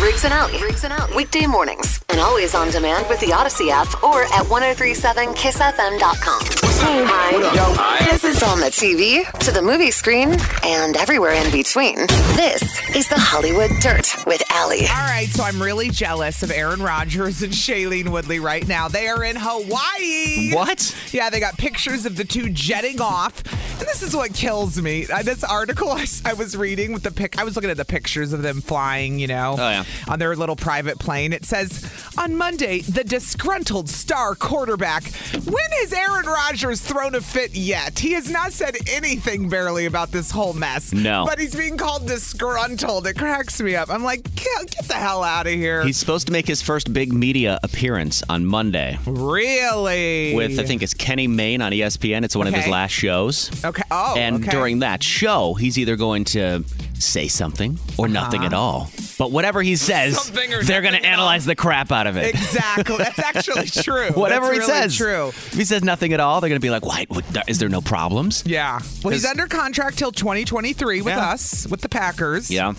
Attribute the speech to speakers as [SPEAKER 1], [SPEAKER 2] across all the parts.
[SPEAKER 1] Riggs and Out. Riggs and Out. Weekday mornings. And always on demand with the Odyssey app or at 1037kissfm.com. Hey. Hi. This is on the TV, to the movie screen, and everywhere in between. This is the Hollywood Dirt with Allie.
[SPEAKER 2] All right, so I'm really jealous of Aaron Rodgers and Shailene Woodley right now. They are in Hawaii.
[SPEAKER 3] What?
[SPEAKER 2] Yeah, they got pictures of the two jetting off. And this is what kills me. Uh, This article I, s- I was reading with the pic, I was looking at the pictures of them flying, you know,
[SPEAKER 3] Oh, yeah.
[SPEAKER 2] on their little private plane. It says on Monday, the disgruntled star quarterback. When has Aaron Rodgers thrown a fit yet? He has not said anything barely about this whole mess.
[SPEAKER 3] No.
[SPEAKER 2] But he's being called disgruntled. It cracks me up. I'm like, get, get the hell out of here.
[SPEAKER 3] He's supposed to make his first big media appearance on Monday
[SPEAKER 2] really
[SPEAKER 3] with, I think, it's Kenny Mayne on E ESPN. It's one of his
[SPEAKER 2] Okay.
[SPEAKER 3] last shows.
[SPEAKER 2] Okay. Oh.
[SPEAKER 3] and
[SPEAKER 2] okay.
[SPEAKER 3] during that show, he's either going to say something
[SPEAKER 2] Uh-huh.
[SPEAKER 3] or nothing at all. But whatever he says,
[SPEAKER 4] Something or
[SPEAKER 3] they're going to
[SPEAKER 4] nothing at
[SPEAKER 3] analyze the crap out of it.
[SPEAKER 2] Exactly. That's actually true.
[SPEAKER 3] Whatever
[SPEAKER 2] That's
[SPEAKER 3] he
[SPEAKER 2] really
[SPEAKER 3] says.
[SPEAKER 2] True.
[SPEAKER 3] If he says nothing at all, they're going to be like, "Why? What, is there no problems?"
[SPEAKER 2] Yeah. Well, he's
[SPEAKER 3] 'Cause-
[SPEAKER 2] under contract till 2023 with
[SPEAKER 3] Yeah.
[SPEAKER 2] us, with the Packers.
[SPEAKER 3] Yeah.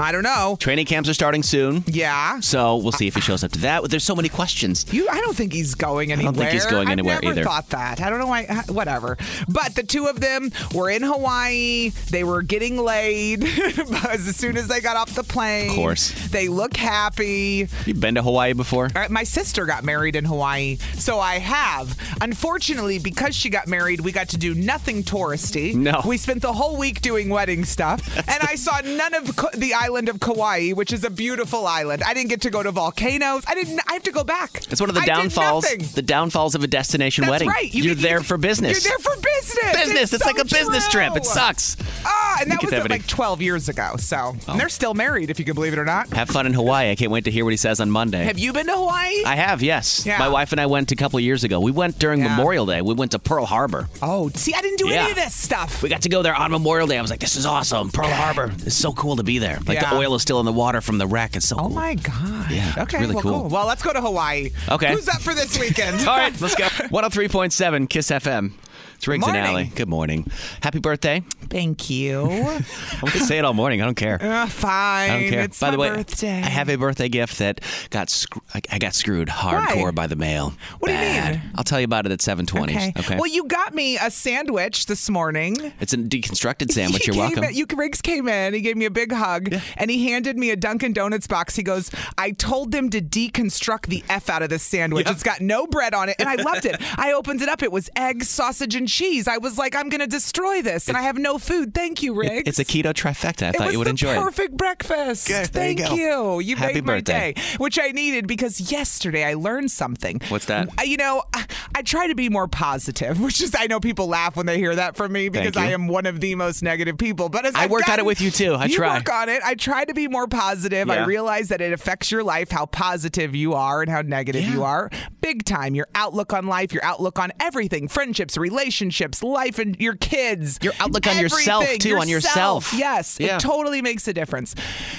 [SPEAKER 2] I don't know.
[SPEAKER 3] Training camps are starting soon.
[SPEAKER 2] Yeah.
[SPEAKER 3] So we'll see if he shows up to that. There's so many questions.
[SPEAKER 2] You, I don't think he's going anywhere.
[SPEAKER 3] don't think he's going anywhere
[SPEAKER 2] I've never
[SPEAKER 3] either.
[SPEAKER 2] Thought that. I don't know why. uh, Whatever. But the two of them were in Hawaii. They were getting laid as soon as they got off the plane.
[SPEAKER 3] Of course.
[SPEAKER 2] They look happy.
[SPEAKER 3] You been to Hawaii before?
[SPEAKER 2] All right, Uh, My sister got married in Hawaii, so I have. Unfortunately, because she got married, we got to do nothing touristy.
[SPEAKER 3] No.
[SPEAKER 2] We spent the whole week doing wedding stuff, and I saw none of Ka- the island of Kauai, which is a beautiful island. I didn't get to go to volcanoes. I didn't. I have to go back.
[SPEAKER 3] It's one of the
[SPEAKER 2] I did
[SPEAKER 3] downfalls.
[SPEAKER 2] nothing.
[SPEAKER 3] The downfalls of a destination
[SPEAKER 2] That's
[SPEAKER 3] wedding.
[SPEAKER 2] right.
[SPEAKER 3] You are
[SPEAKER 2] can-
[SPEAKER 3] there for business.
[SPEAKER 2] You're there for business.
[SPEAKER 3] business. It's, like
[SPEAKER 2] so
[SPEAKER 3] a business trip. It
[SPEAKER 2] true.
[SPEAKER 3] sucks.
[SPEAKER 2] Ah, and
[SPEAKER 3] You Oh.
[SPEAKER 2] that
[SPEAKER 3] could
[SPEAKER 2] was
[SPEAKER 3] have
[SPEAKER 2] at
[SPEAKER 3] it-
[SPEAKER 2] like 12 years ago. So and they're still married, if you can believe it or not.
[SPEAKER 3] Have fun in Hawaii. I can't wait to hear what he says on Monday.
[SPEAKER 2] Have you been to Hawaii?
[SPEAKER 3] I have, yes.
[SPEAKER 2] Yeah.
[SPEAKER 3] My wife and I went a couple years ago. We went during
[SPEAKER 2] Yeah.
[SPEAKER 3] Memorial Day. We went to Pearl Harbor.
[SPEAKER 2] oh, see, I didn't do any
[SPEAKER 3] Yeah.
[SPEAKER 2] of this stuff.
[SPEAKER 3] We got to go there on Memorial Day. I was like, this is awesome. Pearl Harbor. It's so cool to be there. Like
[SPEAKER 2] Yeah.
[SPEAKER 3] the oil is still in the water from the wreck. It's so
[SPEAKER 2] Oh
[SPEAKER 3] cool.
[SPEAKER 2] my gosh.
[SPEAKER 3] Yeah, it's
[SPEAKER 2] Okay,
[SPEAKER 3] really
[SPEAKER 2] well,
[SPEAKER 3] cool.
[SPEAKER 2] Well, let's go to Hawaii.
[SPEAKER 3] Okay.
[SPEAKER 2] Who's up for this weekend?
[SPEAKER 3] All right, let's go. 103.7 Kiss FM. It's Riggs and
[SPEAKER 2] Morning.
[SPEAKER 3] Alley. Good morning. Happy birthday.
[SPEAKER 2] Thank you.
[SPEAKER 3] I'm going to say it all morning. I don't care.
[SPEAKER 2] Uh, fine.
[SPEAKER 3] I don't care.
[SPEAKER 2] It's
[SPEAKER 3] by
[SPEAKER 2] my
[SPEAKER 3] the way,
[SPEAKER 2] birthday.
[SPEAKER 3] I have a birthday gift that got scr- I, I got screwed hardcore
[SPEAKER 2] Why?
[SPEAKER 3] by the mail.
[SPEAKER 2] What do you
[SPEAKER 3] Bad.
[SPEAKER 2] mean?
[SPEAKER 3] I'll tell you about it at 7:20.
[SPEAKER 2] Okay. Well, you got me a sandwich this morning.
[SPEAKER 3] it's a deconstructed sandwich.
[SPEAKER 2] He
[SPEAKER 3] You're
[SPEAKER 2] came
[SPEAKER 3] welcome.
[SPEAKER 2] In, you Riggs came in. He gave me a big hug, and he handed me a Dunkin' Donuts box. He goes, "I told them to deconstruct the f out of this sandwich. It's got no bread on it, and I loved it. I opened it up. It was egg, sausage, and cheese. I was like, I'm gonna destroy this, and I have no food. Thank you, Riggs.
[SPEAKER 3] it's a keto trifecta. I
[SPEAKER 2] It
[SPEAKER 3] thought
[SPEAKER 2] was
[SPEAKER 3] you would
[SPEAKER 2] the
[SPEAKER 3] enjoy it.
[SPEAKER 2] perfect breakfast.
[SPEAKER 3] Good, there you
[SPEAKER 2] Thank
[SPEAKER 3] go.
[SPEAKER 2] you. You
[SPEAKER 3] Happy
[SPEAKER 2] made my
[SPEAKER 3] birthday.
[SPEAKER 2] day, which I needed because yesterday I learned something.
[SPEAKER 3] What's that?
[SPEAKER 2] I- You know, I, I try to be more positive, which is I know people laugh when they hear that from me because I
[SPEAKER 3] you.
[SPEAKER 2] am one of the most negative people. But as
[SPEAKER 3] I
[SPEAKER 2] I've
[SPEAKER 3] work at it
[SPEAKER 2] gotten-
[SPEAKER 3] with you, too. I
[SPEAKER 2] you
[SPEAKER 3] try.
[SPEAKER 2] work on it. I try to be more positive. I
[SPEAKER 3] Yeah.
[SPEAKER 2] realize that it affects your life how positive you are and how negative you are, big time. Your outlook on life, your outlook on everything, friendships, relationships, life, and your kids.
[SPEAKER 3] Your outlook on yourself,
[SPEAKER 2] Everything.
[SPEAKER 3] too, on yourself.
[SPEAKER 2] Yes,
[SPEAKER 3] Yeah.
[SPEAKER 2] it totally makes a difference.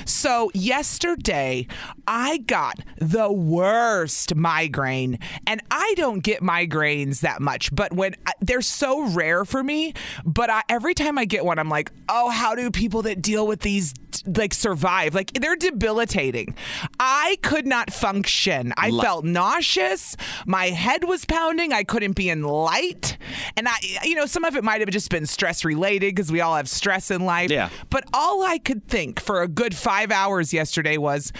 [SPEAKER 2] So yesterday, I got the worst migraine, and I don't get migraines that much, but when I, they're so rare for me, but I, every time I get one, I'm like, oh, how do people that deal with these like survive. Like they're debilitating. I could not function. I
[SPEAKER 3] Li-
[SPEAKER 2] felt nauseous. My head was pounding. I couldn't be in light. And I, you know, some of it might have just been stress related because we all have stress in life.
[SPEAKER 3] Yeah.
[SPEAKER 2] But all I could think for a good five hours yesterday was.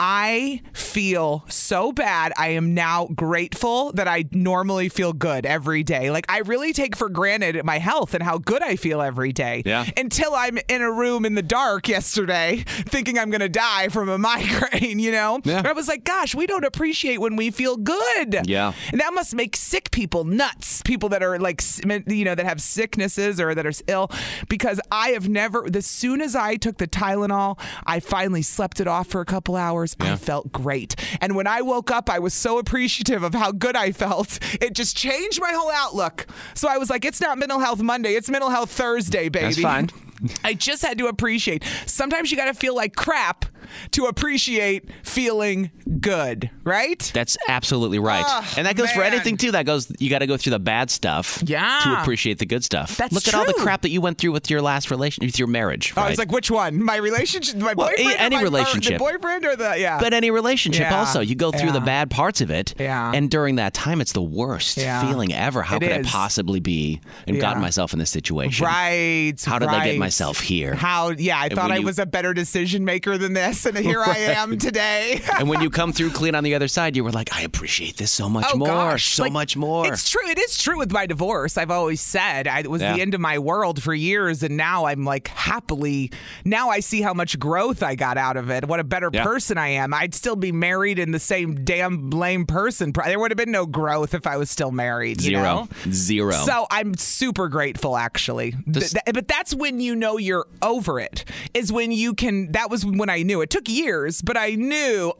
[SPEAKER 2] I feel so bad. I am now grateful that I normally feel good every day. Like, I really take for granted my health and how good I feel every day
[SPEAKER 3] Yeah.
[SPEAKER 2] until I'm in a room in the dark yesterday thinking I'm going to die from a migraine, you know?
[SPEAKER 3] Yeah.
[SPEAKER 2] I was like, gosh, we don't appreciate when we feel good.
[SPEAKER 3] Yeah.
[SPEAKER 2] And that must make sick people nuts, people that are like, s- men- you know, that have sicknesses or that are s- ill. Because I have never, as soon as I took the Tylenol, I finally slept it off for a couple hours. I felt great. And when I woke up, I was so appreciative of how good I felt. It just changed my whole outlook. So I was like, it's not Mental Health Monday, it's Mental Health Thursday, baby.
[SPEAKER 3] That's fine.
[SPEAKER 2] I just had to appreciate. Sometimes you got to feel like crap to appreciate feeling good, right?
[SPEAKER 3] That's absolutely right.
[SPEAKER 2] Ah,
[SPEAKER 3] and that goes for
[SPEAKER 2] man.
[SPEAKER 3] anything too. That goes you got to go through the bad stuff
[SPEAKER 2] Yeah.
[SPEAKER 3] to appreciate the good stuff.
[SPEAKER 2] That's
[SPEAKER 3] Look at all the
[SPEAKER 2] true.
[SPEAKER 3] crap that you went through with your last relation with your
[SPEAKER 2] I
[SPEAKER 3] marriage.
[SPEAKER 2] was
[SPEAKER 3] right?
[SPEAKER 2] Oh, like, which one? My relationship, my
[SPEAKER 3] Well, a-
[SPEAKER 2] boyfriend, or
[SPEAKER 3] any
[SPEAKER 2] my- or
[SPEAKER 3] relationship.
[SPEAKER 2] the boyfriend, or the yeah.
[SPEAKER 3] but any relationship
[SPEAKER 2] Uh, Yeah.
[SPEAKER 3] also you go through the
[SPEAKER 2] Yeah.
[SPEAKER 3] bad parts of it
[SPEAKER 2] Yeah.
[SPEAKER 3] and during that time it's the worst
[SPEAKER 2] Yeah.
[SPEAKER 3] feeling ever how
[SPEAKER 2] It
[SPEAKER 3] could
[SPEAKER 2] is.
[SPEAKER 3] i possibly be and gotten
[SPEAKER 2] Yeah.
[SPEAKER 3] myself in this situation
[SPEAKER 2] Right.
[SPEAKER 3] How did I get
[SPEAKER 2] right.
[SPEAKER 3] myself here?
[SPEAKER 2] How? Yeah, I thought
[SPEAKER 3] when
[SPEAKER 2] I
[SPEAKER 3] you-
[SPEAKER 2] was a better decision maker than this, and here I am today.
[SPEAKER 3] and when you come through clean on the other side you were like i appreciate this so much more
[SPEAKER 2] Oh, gosh.
[SPEAKER 3] so
[SPEAKER 2] Like,
[SPEAKER 3] much more
[SPEAKER 2] It's true. It is true with my divorce. I've always said I, it was
[SPEAKER 3] Yeah.
[SPEAKER 2] the end of my world for years, and now I'm like happily. Now I see how much growth I got out of it. What a better
[SPEAKER 3] Yeah.
[SPEAKER 2] person I am. I'd still be married and the same damn lame person. Pro- There would have been no growth if I was still married. you
[SPEAKER 3] Zero.
[SPEAKER 2] know?
[SPEAKER 3] Zero.
[SPEAKER 2] So I'm super grateful, actually. Th-
[SPEAKER 3] Just-
[SPEAKER 2] th- but that's when you know you're over it. Is when you can. That was when I knew. It took years, but I knew.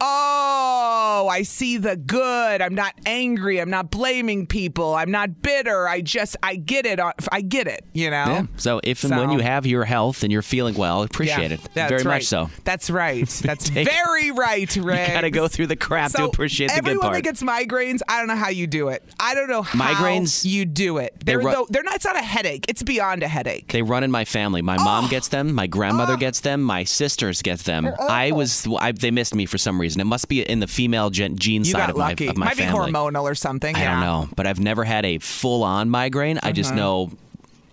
[SPEAKER 2] Oh, I see the good. I'm not angry. I'm not blaming people. I'm not bitter. I just I get it. on- I get it. You know.
[SPEAKER 3] Yeah. So if and when
[SPEAKER 2] So-
[SPEAKER 3] you have your health and you're feeling well,
[SPEAKER 2] Yeah,
[SPEAKER 3] appreciate it
[SPEAKER 2] that's
[SPEAKER 3] very
[SPEAKER 2] right.
[SPEAKER 3] much so.
[SPEAKER 2] That's right. That's
[SPEAKER 3] take-
[SPEAKER 2] very right, Ray.
[SPEAKER 3] You gotta go through the crap to appreciate the good
[SPEAKER 2] everyone
[SPEAKER 3] part.
[SPEAKER 2] that gets migraines, I don't know how you do it. I don't know how
[SPEAKER 3] Migraines?
[SPEAKER 2] you do it. They're,
[SPEAKER 3] ru-
[SPEAKER 2] though, they're not. It's not a headache. It's beyond a headache.
[SPEAKER 3] they run in my family. My
[SPEAKER 2] Oh.
[SPEAKER 3] mom gets them. My grandmother gets them. My sisters get them. I was I, they missed me for some reason. It must be in the female gen, gene
[SPEAKER 2] You
[SPEAKER 3] side
[SPEAKER 2] got
[SPEAKER 3] of
[SPEAKER 2] lucky.
[SPEAKER 3] my of my
[SPEAKER 2] Might
[SPEAKER 3] family.
[SPEAKER 2] be hormonal or something.
[SPEAKER 3] I
[SPEAKER 2] yeah. Mm-hmm.
[SPEAKER 3] don't know, but I've never had a full on migraine. I just know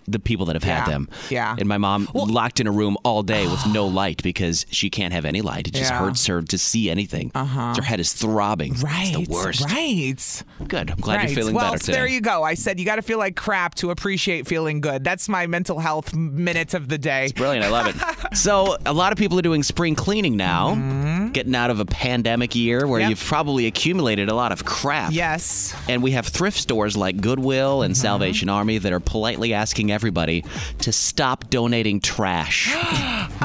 [SPEAKER 3] the people that have
[SPEAKER 2] Yeah.
[SPEAKER 3] had them.
[SPEAKER 2] Yeah.
[SPEAKER 3] And my mom locked in a room all day with no light because she can't have any light. It just
[SPEAKER 2] Yeah.
[SPEAKER 3] hurts her to see anything. Uh-huh. Her head is throbbing.
[SPEAKER 2] Right.
[SPEAKER 3] It's the worst.
[SPEAKER 2] Right.
[SPEAKER 3] Good. I'm glad
[SPEAKER 2] right.
[SPEAKER 3] you're feeling
[SPEAKER 2] well,
[SPEAKER 3] better
[SPEAKER 2] so
[SPEAKER 3] today.
[SPEAKER 2] there you go. I said you got to feel like crap to appreciate feeling good. That's my mental health minutes of the day.
[SPEAKER 3] Brilliant. I love it. so, a lot of people are doing spring cleaning now, getting out of a pandemic year where
[SPEAKER 2] Mm-hmm. Yep.
[SPEAKER 3] you've probably accumulated a lot of crap.
[SPEAKER 2] Yes.
[SPEAKER 3] And we have thrift stores like Goodwill
[SPEAKER 2] Mm-hmm.
[SPEAKER 3] and Salvation Army that are politely asking everybody to stop donating trash.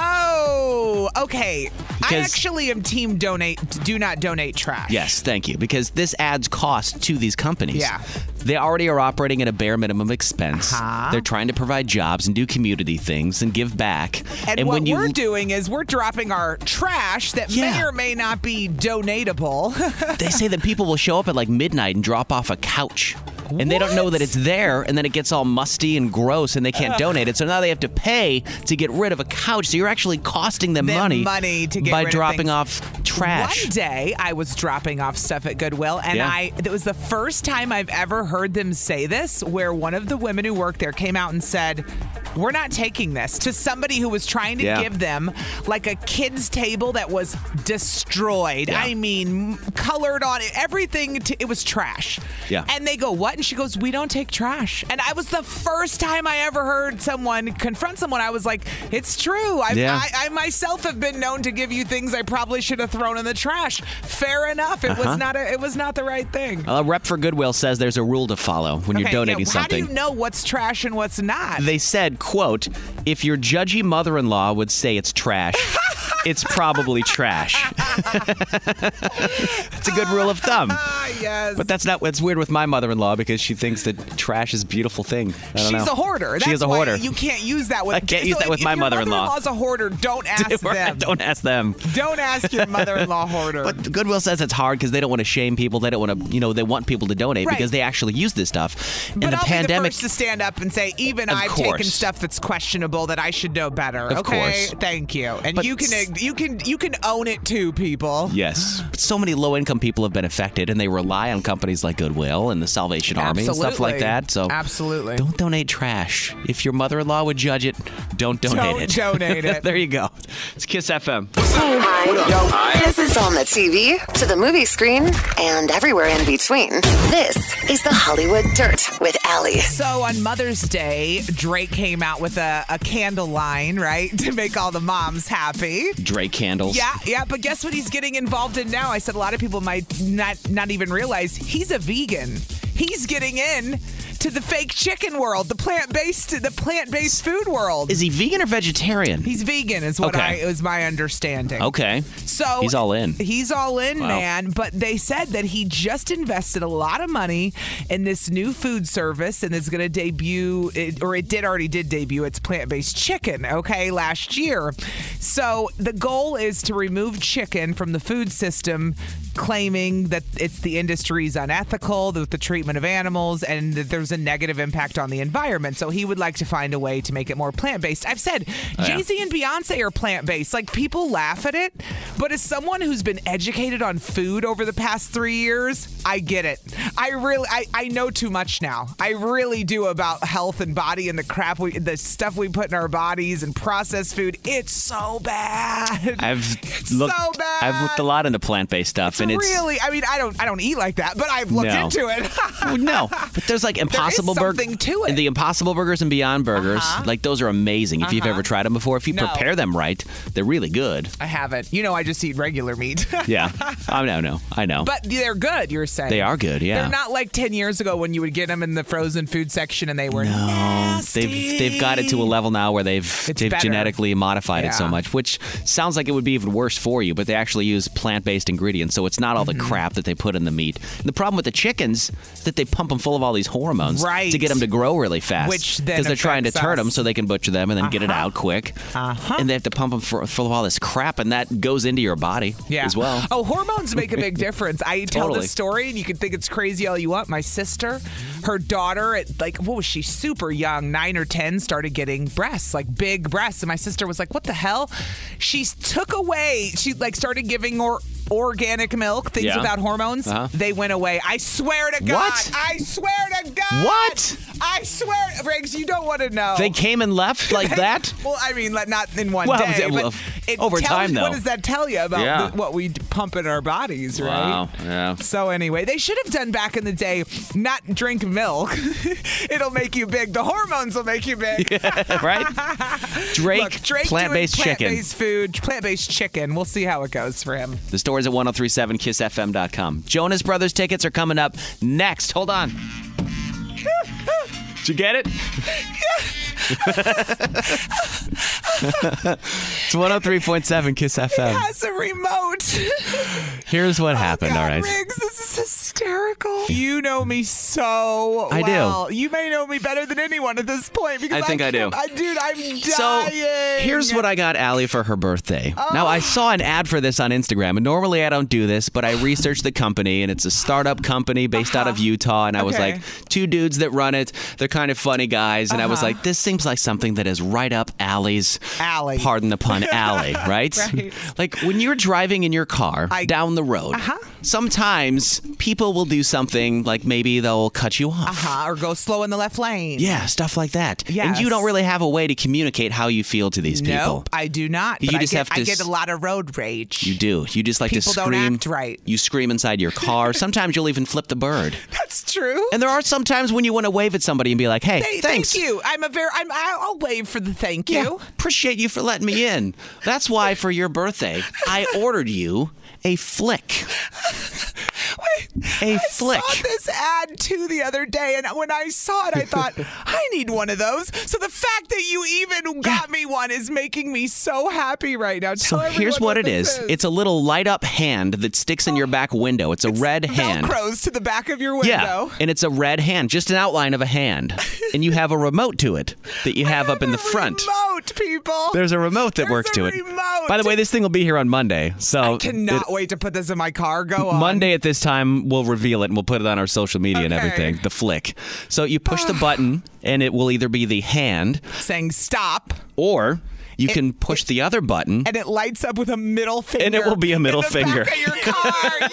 [SPEAKER 2] Oh, okay. I
[SPEAKER 3] Because-
[SPEAKER 2] actually am team donate. Do not donate trash.
[SPEAKER 3] yes, thank you. Because this adds cost to these companies.
[SPEAKER 2] Yeah.
[SPEAKER 3] They already are operating at a bare minimum expense.
[SPEAKER 2] Uh-huh.
[SPEAKER 3] They're trying to provide jobs and do community things and give back.
[SPEAKER 2] And, what
[SPEAKER 3] when you
[SPEAKER 2] we're doing is we're dropping our trash that may
[SPEAKER 3] Yeah.
[SPEAKER 2] or may not be donatable.
[SPEAKER 3] they say that people will show up at like midnight and drop off a couch. And they don't know that it's there, and then it gets all musty and gross, and they can't donate it. So now they have to pay to get rid of a couch. So you're actually costing them
[SPEAKER 2] Them
[SPEAKER 3] money,
[SPEAKER 2] money to get
[SPEAKER 3] by
[SPEAKER 2] rid of
[SPEAKER 3] dropping
[SPEAKER 2] things.
[SPEAKER 3] off trash.
[SPEAKER 2] One day I was dropping off stuff at Goodwill, and
[SPEAKER 3] Yeah.
[SPEAKER 2] I it was the first time I've ever heard them say this, where one of the women who worked there came out and said, "We're not taking this." To somebody who was trying to
[SPEAKER 3] Yeah.
[SPEAKER 2] give them like a kids table that was destroyed.
[SPEAKER 3] Yeah.
[SPEAKER 2] I mean, colored on it, everything. To, it was trash.
[SPEAKER 3] Yeah.
[SPEAKER 2] And they go, "What?" And she goes, "We don't take trash." And I was the first time I ever heard someone confront someone. I was like, "It's true. I,
[SPEAKER 3] Yeah.
[SPEAKER 2] I, I myself have been known to give you things I probably should have thrown in the trash. Fair enough. It
[SPEAKER 3] Uh-huh.
[SPEAKER 2] was not a, it was not the right thing.
[SPEAKER 3] A rep for Goodwill says there's a rule to follow when Oh,
[SPEAKER 2] Okay,
[SPEAKER 3] you're
[SPEAKER 2] yeah,
[SPEAKER 3] donating
[SPEAKER 2] How do
[SPEAKER 3] something.
[SPEAKER 2] you know what's trash and what's not?
[SPEAKER 3] they said, "quote If your judgy mother-in-law would say it's trash, it's probably trash." It's a good rule of thumb.
[SPEAKER 2] Ah, yes.
[SPEAKER 3] But that's not what's weird with my mother-in-law because she thinks that trash is a beautiful thing. I don't
[SPEAKER 2] She's
[SPEAKER 3] know.
[SPEAKER 2] a hoarder. That's
[SPEAKER 3] she is a hoarder.
[SPEAKER 2] Why you can't use that with.
[SPEAKER 3] I can't use
[SPEAKER 2] so
[SPEAKER 3] that
[SPEAKER 2] if-
[SPEAKER 3] with
[SPEAKER 2] if
[SPEAKER 3] my
[SPEAKER 2] your
[SPEAKER 3] mother-in-law.
[SPEAKER 2] Mother-in-law's a hoarder. Don't ask them.
[SPEAKER 3] Don't ask them.
[SPEAKER 2] Don't ask your mother-in-law hoarder.
[SPEAKER 3] But Goodwill says it's hard because they don't want to shame people. They don't want to, you know, they want people to donate
[SPEAKER 2] Right.
[SPEAKER 3] because they actually use this stuff. And
[SPEAKER 2] But
[SPEAKER 3] the
[SPEAKER 2] I'll be the
[SPEAKER 3] pandemic.
[SPEAKER 2] first to stand up and say, even
[SPEAKER 3] Of
[SPEAKER 2] I've taken
[SPEAKER 3] course.
[SPEAKER 2] stuff that's questionable that I should know better.
[SPEAKER 3] Of
[SPEAKER 2] okay,
[SPEAKER 3] course.
[SPEAKER 2] thank you. And
[SPEAKER 3] But
[SPEAKER 2] you can
[SPEAKER 3] s-
[SPEAKER 2] you can you can own it too, people.
[SPEAKER 3] Yes. But so many low income people have been affected and they rely on companies like Goodwill and the Salvation Army and stuff like
[SPEAKER 2] Absolutely.
[SPEAKER 3] that. So
[SPEAKER 2] Absolutely.
[SPEAKER 3] Don't donate trash. If your mother in law would judge it, don't donate
[SPEAKER 2] Don't
[SPEAKER 3] it.
[SPEAKER 2] donate it.
[SPEAKER 3] there you go. It's Kiss FM.
[SPEAKER 1] Hi. This is on the TV, to the movie screen, and everywhere in between. This is the Hollywood Dirt with Allie.
[SPEAKER 2] So on Mother's Day, Drake came out with a, a candle line, right, to make all the moms happy.
[SPEAKER 3] Drake candles.
[SPEAKER 2] Yeah, yeah, but guess what he's getting involved in now? I said a lot of people might not not even realize he's a vegan. He's getting in to the fake chicken world, the plant-based the plant-based food world.
[SPEAKER 3] Is he vegan or vegetarian?
[SPEAKER 2] He's vegan, is what
[SPEAKER 3] Okay.
[SPEAKER 2] I is my understanding.
[SPEAKER 3] okay.
[SPEAKER 2] So
[SPEAKER 3] He's all in.
[SPEAKER 2] He's all in,
[SPEAKER 3] Wow.
[SPEAKER 2] man. But they said that he just invested a lot of money in this new food service, and it's going to debut, it, or it did already did debut. It's plant based chicken, okay, last year. So the goal is to remove chicken from the food system, claiming that it's the industry's unethical with the treatment of animals and that there's a negative impact on the environment. So he would like to find a way to make it more plant based. I've said
[SPEAKER 3] Oh, yeah.
[SPEAKER 2] Jay Z and Beyonce are plant based. Like people laugh at it, but as someone who's been educated on food over the past three years, I get it. I really, I, I know too much now. I really do about health and body and the crap we, the stuff we put in our bodies and processed food. It's so bad.
[SPEAKER 3] I've
[SPEAKER 2] It's
[SPEAKER 3] looked.
[SPEAKER 2] so bad.
[SPEAKER 3] I've looked a lot into plant-based stuff, and it's
[SPEAKER 2] really. I mean, I don't, I don't eat like that, but I've looked
[SPEAKER 3] No.
[SPEAKER 2] into it.
[SPEAKER 3] Well, no, but there's like Impossible Burger.
[SPEAKER 2] something to it. Uh-huh.
[SPEAKER 3] The Impossible Burgers and Beyond Burgers, like those are amazing. If you've ever tried them before, if you
[SPEAKER 2] No.
[SPEAKER 3] prepare them right, they're really good.
[SPEAKER 2] I haven't. You know, I just eat regular meat.
[SPEAKER 3] Yeah, I know, no, I know.
[SPEAKER 2] But they're good, you're saying.
[SPEAKER 3] They are good, yeah.
[SPEAKER 2] They're not like 10 years ago when you would get them in the frozen food section and they were
[SPEAKER 3] No, they've they've got it to a level now where they've they've
[SPEAKER 2] better.
[SPEAKER 3] genetically modified it so
[SPEAKER 2] Yeah.
[SPEAKER 3] much, which sounds like it would be even worse for you. But they actually use plant-based ingredients, so it's not all
[SPEAKER 2] Mm-hmm.
[SPEAKER 3] the crap that they put in the meat. And the problem with the chickens is that they pump them full of all these hormones
[SPEAKER 2] Right.
[SPEAKER 3] to get them to grow really fast,
[SPEAKER 2] Which then
[SPEAKER 3] because they're trying to
[SPEAKER 2] affects
[SPEAKER 3] turn
[SPEAKER 2] us.
[SPEAKER 3] them so they can butcher them and then get it out quick, uh-huh. and they have to pump them full of all this crap, and that goes into your body
[SPEAKER 2] Yeah.
[SPEAKER 3] as well.
[SPEAKER 2] Oh, hormones make a big difference. I tell
[SPEAKER 3] Totally.
[SPEAKER 2] this story, and you can think it's crazy all you want. My sister, her daughter, at like what was she? Super young, nine or ten, started getting breasts, like big breasts. And my sister was like, "What the hell?" She took away. She like started giving or organic milk, things
[SPEAKER 3] Yeah.
[SPEAKER 2] without hormones.
[SPEAKER 3] Uh-huh.
[SPEAKER 2] They went away. I swear to God.
[SPEAKER 3] What?
[SPEAKER 2] I swear to God.
[SPEAKER 3] What?
[SPEAKER 2] I swear, Riggs. You don't want to know.
[SPEAKER 3] They came and left like that.
[SPEAKER 2] Well, I mean, like, not in one
[SPEAKER 3] Well,
[SPEAKER 2] day.
[SPEAKER 3] yeah,
[SPEAKER 2] but
[SPEAKER 3] well,
[SPEAKER 2] it
[SPEAKER 3] over
[SPEAKER 2] tells-
[SPEAKER 3] time,
[SPEAKER 2] What
[SPEAKER 3] though.
[SPEAKER 2] does that tell you about
[SPEAKER 3] Yeah.
[SPEAKER 2] the- what we d- pump in our bodies, right?
[SPEAKER 3] Wow, yeah.
[SPEAKER 2] So anyway, they should have done back in the day. Not drink milk. It'll make you big. The hormones will make you big.
[SPEAKER 3] right? Drake,
[SPEAKER 2] Look, Drake
[SPEAKER 3] plant-based
[SPEAKER 2] doing
[SPEAKER 3] chicken.
[SPEAKER 2] plant-based food, plant-based chicken. We'll see how it goes for him.
[SPEAKER 3] The stories at 1037kissfm.com. Jonas Brothers tickets are coming up next. Hold on. Did you get it? it's 103.7 Kiss FM.
[SPEAKER 2] Has a remote.
[SPEAKER 3] Here's what happened,
[SPEAKER 2] God,
[SPEAKER 3] all right?
[SPEAKER 2] Riggs, this is hysterical. You know me so
[SPEAKER 3] I do.
[SPEAKER 2] well. You may know me better than anyone at this point because
[SPEAKER 3] I think I do.
[SPEAKER 2] can't- I dude, I'm dying.
[SPEAKER 3] So here's what I got Allie for her birthday. Now I saw an ad for this on Instagram, and normally I don't do this, but I researched the company, and it's a startup company based out of Utah, and I was
[SPEAKER 2] Uh-huh. Okay.
[SPEAKER 3] like, two dudes that run it, they're kind of funny guys, and I
[SPEAKER 2] Uh-huh.
[SPEAKER 3] was like, this seems like something that is right up Allie's
[SPEAKER 2] Alley.
[SPEAKER 3] Pardon the pun, Allie, right?
[SPEAKER 2] Right.
[SPEAKER 3] Like when you're driving in your car down the road,
[SPEAKER 2] Uh-huh.
[SPEAKER 3] sometimes people will do something like maybe they'll cut you off.
[SPEAKER 2] Uh-huh, or go slow in the left lane.
[SPEAKER 3] Yeah, stuff like that. And you
[SPEAKER 2] Yes.
[SPEAKER 3] don't really have a way to communicate how you feel to these people.
[SPEAKER 2] Nope, I do not.
[SPEAKER 3] You
[SPEAKER 2] but
[SPEAKER 3] just
[SPEAKER 2] I get,
[SPEAKER 3] have to
[SPEAKER 2] I get
[SPEAKER 3] s-
[SPEAKER 2] a lot of road rage.
[SPEAKER 3] You do. You just like
[SPEAKER 2] People
[SPEAKER 3] to
[SPEAKER 2] don't
[SPEAKER 3] scream.
[SPEAKER 2] act right.
[SPEAKER 3] You scream inside your car. Sometimes you'll even flip the bird.
[SPEAKER 2] That's true.
[SPEAKER 3] And there are some times when you want to wave at somebody and be like, "Hey,
[SPEAKER 2] Hey,
[SPEAKER 3] thanks."
[SPEAKER 2] Thank you. I'm a very. I'm, I'll wave for the thank you.
[SPEAKER 3] Yeah, appreciate you for letting me in. That's why for your birthday, I ordered you a flick.
[SPEAKER 2] Wait,
[SPEAKER 3] a
[SPEAKER 2] I
[SPEAKER 3] flick.
[SPEAKER 2] saw this ad too the other day, and when I saw it, I thought, I need one of those. So the fact that you even got me one is making me so happy right now.
[SPEAKER 3] So
[SPEAKER 2] Tell
[SPEAKER 3] here's
[SPEAKER 2] everyone
[SPEAKER 3] what it
[SPEAKER 2] this
[SPEAKER 3] is. It's a little light up hand that sticks in your back window. It's a red hand.
[SPEAKER 2] Velcros to the back of your window.
[SPEAKER 3] Yeah, and it's a red hand, just an outline of a hand, and you have a remote to it that you have up in the front.
[SPEAKER 2] Remote, people.
[SPEAKER 3] There's a remote that
[SPEAKER 2] There's
[SPEAKER 3] works
[SPEAKER 2] a
[SPEAKER 3] to it.
[SPEAKER 2] remote.
[SPEAKER 3] By the way, this thing will be here on Monday, so
[SPEAKER 2] I cannot wait to put this in my car. Go on.
[SPEAKER 3] Monday at this time, we'll reveal it and we'll put it on our social media and
[SPEAKER 2] Okay.
[SPEAKER 3] everything. The flick. So you push the button, and it will either be the hand,
[SPEAKER 2] Saying stop,
[SPEAKER 3] or you can push the other button.
[SPEAKER 2] and it lights up with a middle finger.
[SPEAKER 3] it will be a middle
[SPEAKER 2] in the
[SPEAKER 3] finger.
[SPEAKER 2] Back of your car.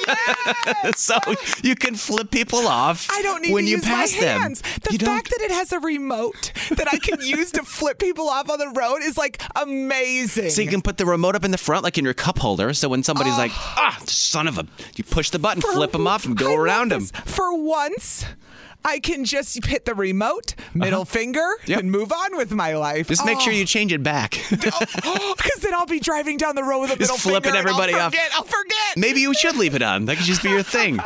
[SPEAKER 2] Yes!
[SPEAKER 3] so you can flip people off
[SPEAKER 2] I don't need
[SPEAKER 3] when
[SPEAKER 2] to
[SPEAKER 3] you
[SPEAKER 2] use
[SPEAKER 3] pass
[SPEAKER 2] my
[SPEAKER 3] them.
[SPEAKER 2] hands. The
[SPEAKER 3] You don't-
[SPEAKER 2] fact that it has a remote that I can use to flip people off on the road is like amazing.
[SPEAKER 3] So you can put the remote up in the front, like in your cup holder. So when somebody's like, ah, son of a, you push the button,
[SPEAKER 2] For-
[SPEAKER 3] flip them off, and
[SPEAKER 2] I
[SPEAKER 3] go
[SPEAKER 2] love
[SPEAKER 3] around them.
[SPEAKER 2] this. For once, I can just hit the remote, middle finger,
[SPEAKER 3] Yep.
[SPEAKER 2] and move on with my life.
[SPEAKER 3] Uh-huh. Just make sure you change it back.
[SPEAKER 2] oh. Because then I'll be driving down the road with a
[SPEAKER 3] Just
[SPEAKER 2] middle
[SPEAKER 3] flipping
[SPEAKER 2] finger.
[SPEAKER 3] everybody
[SPEAKER 2] and I'll
[SPEAKER 3] off.
[SPEAKER 2] forget, I'll forget.
[SPEAKER 3] Maybe you should leave it on. That could just be your thing.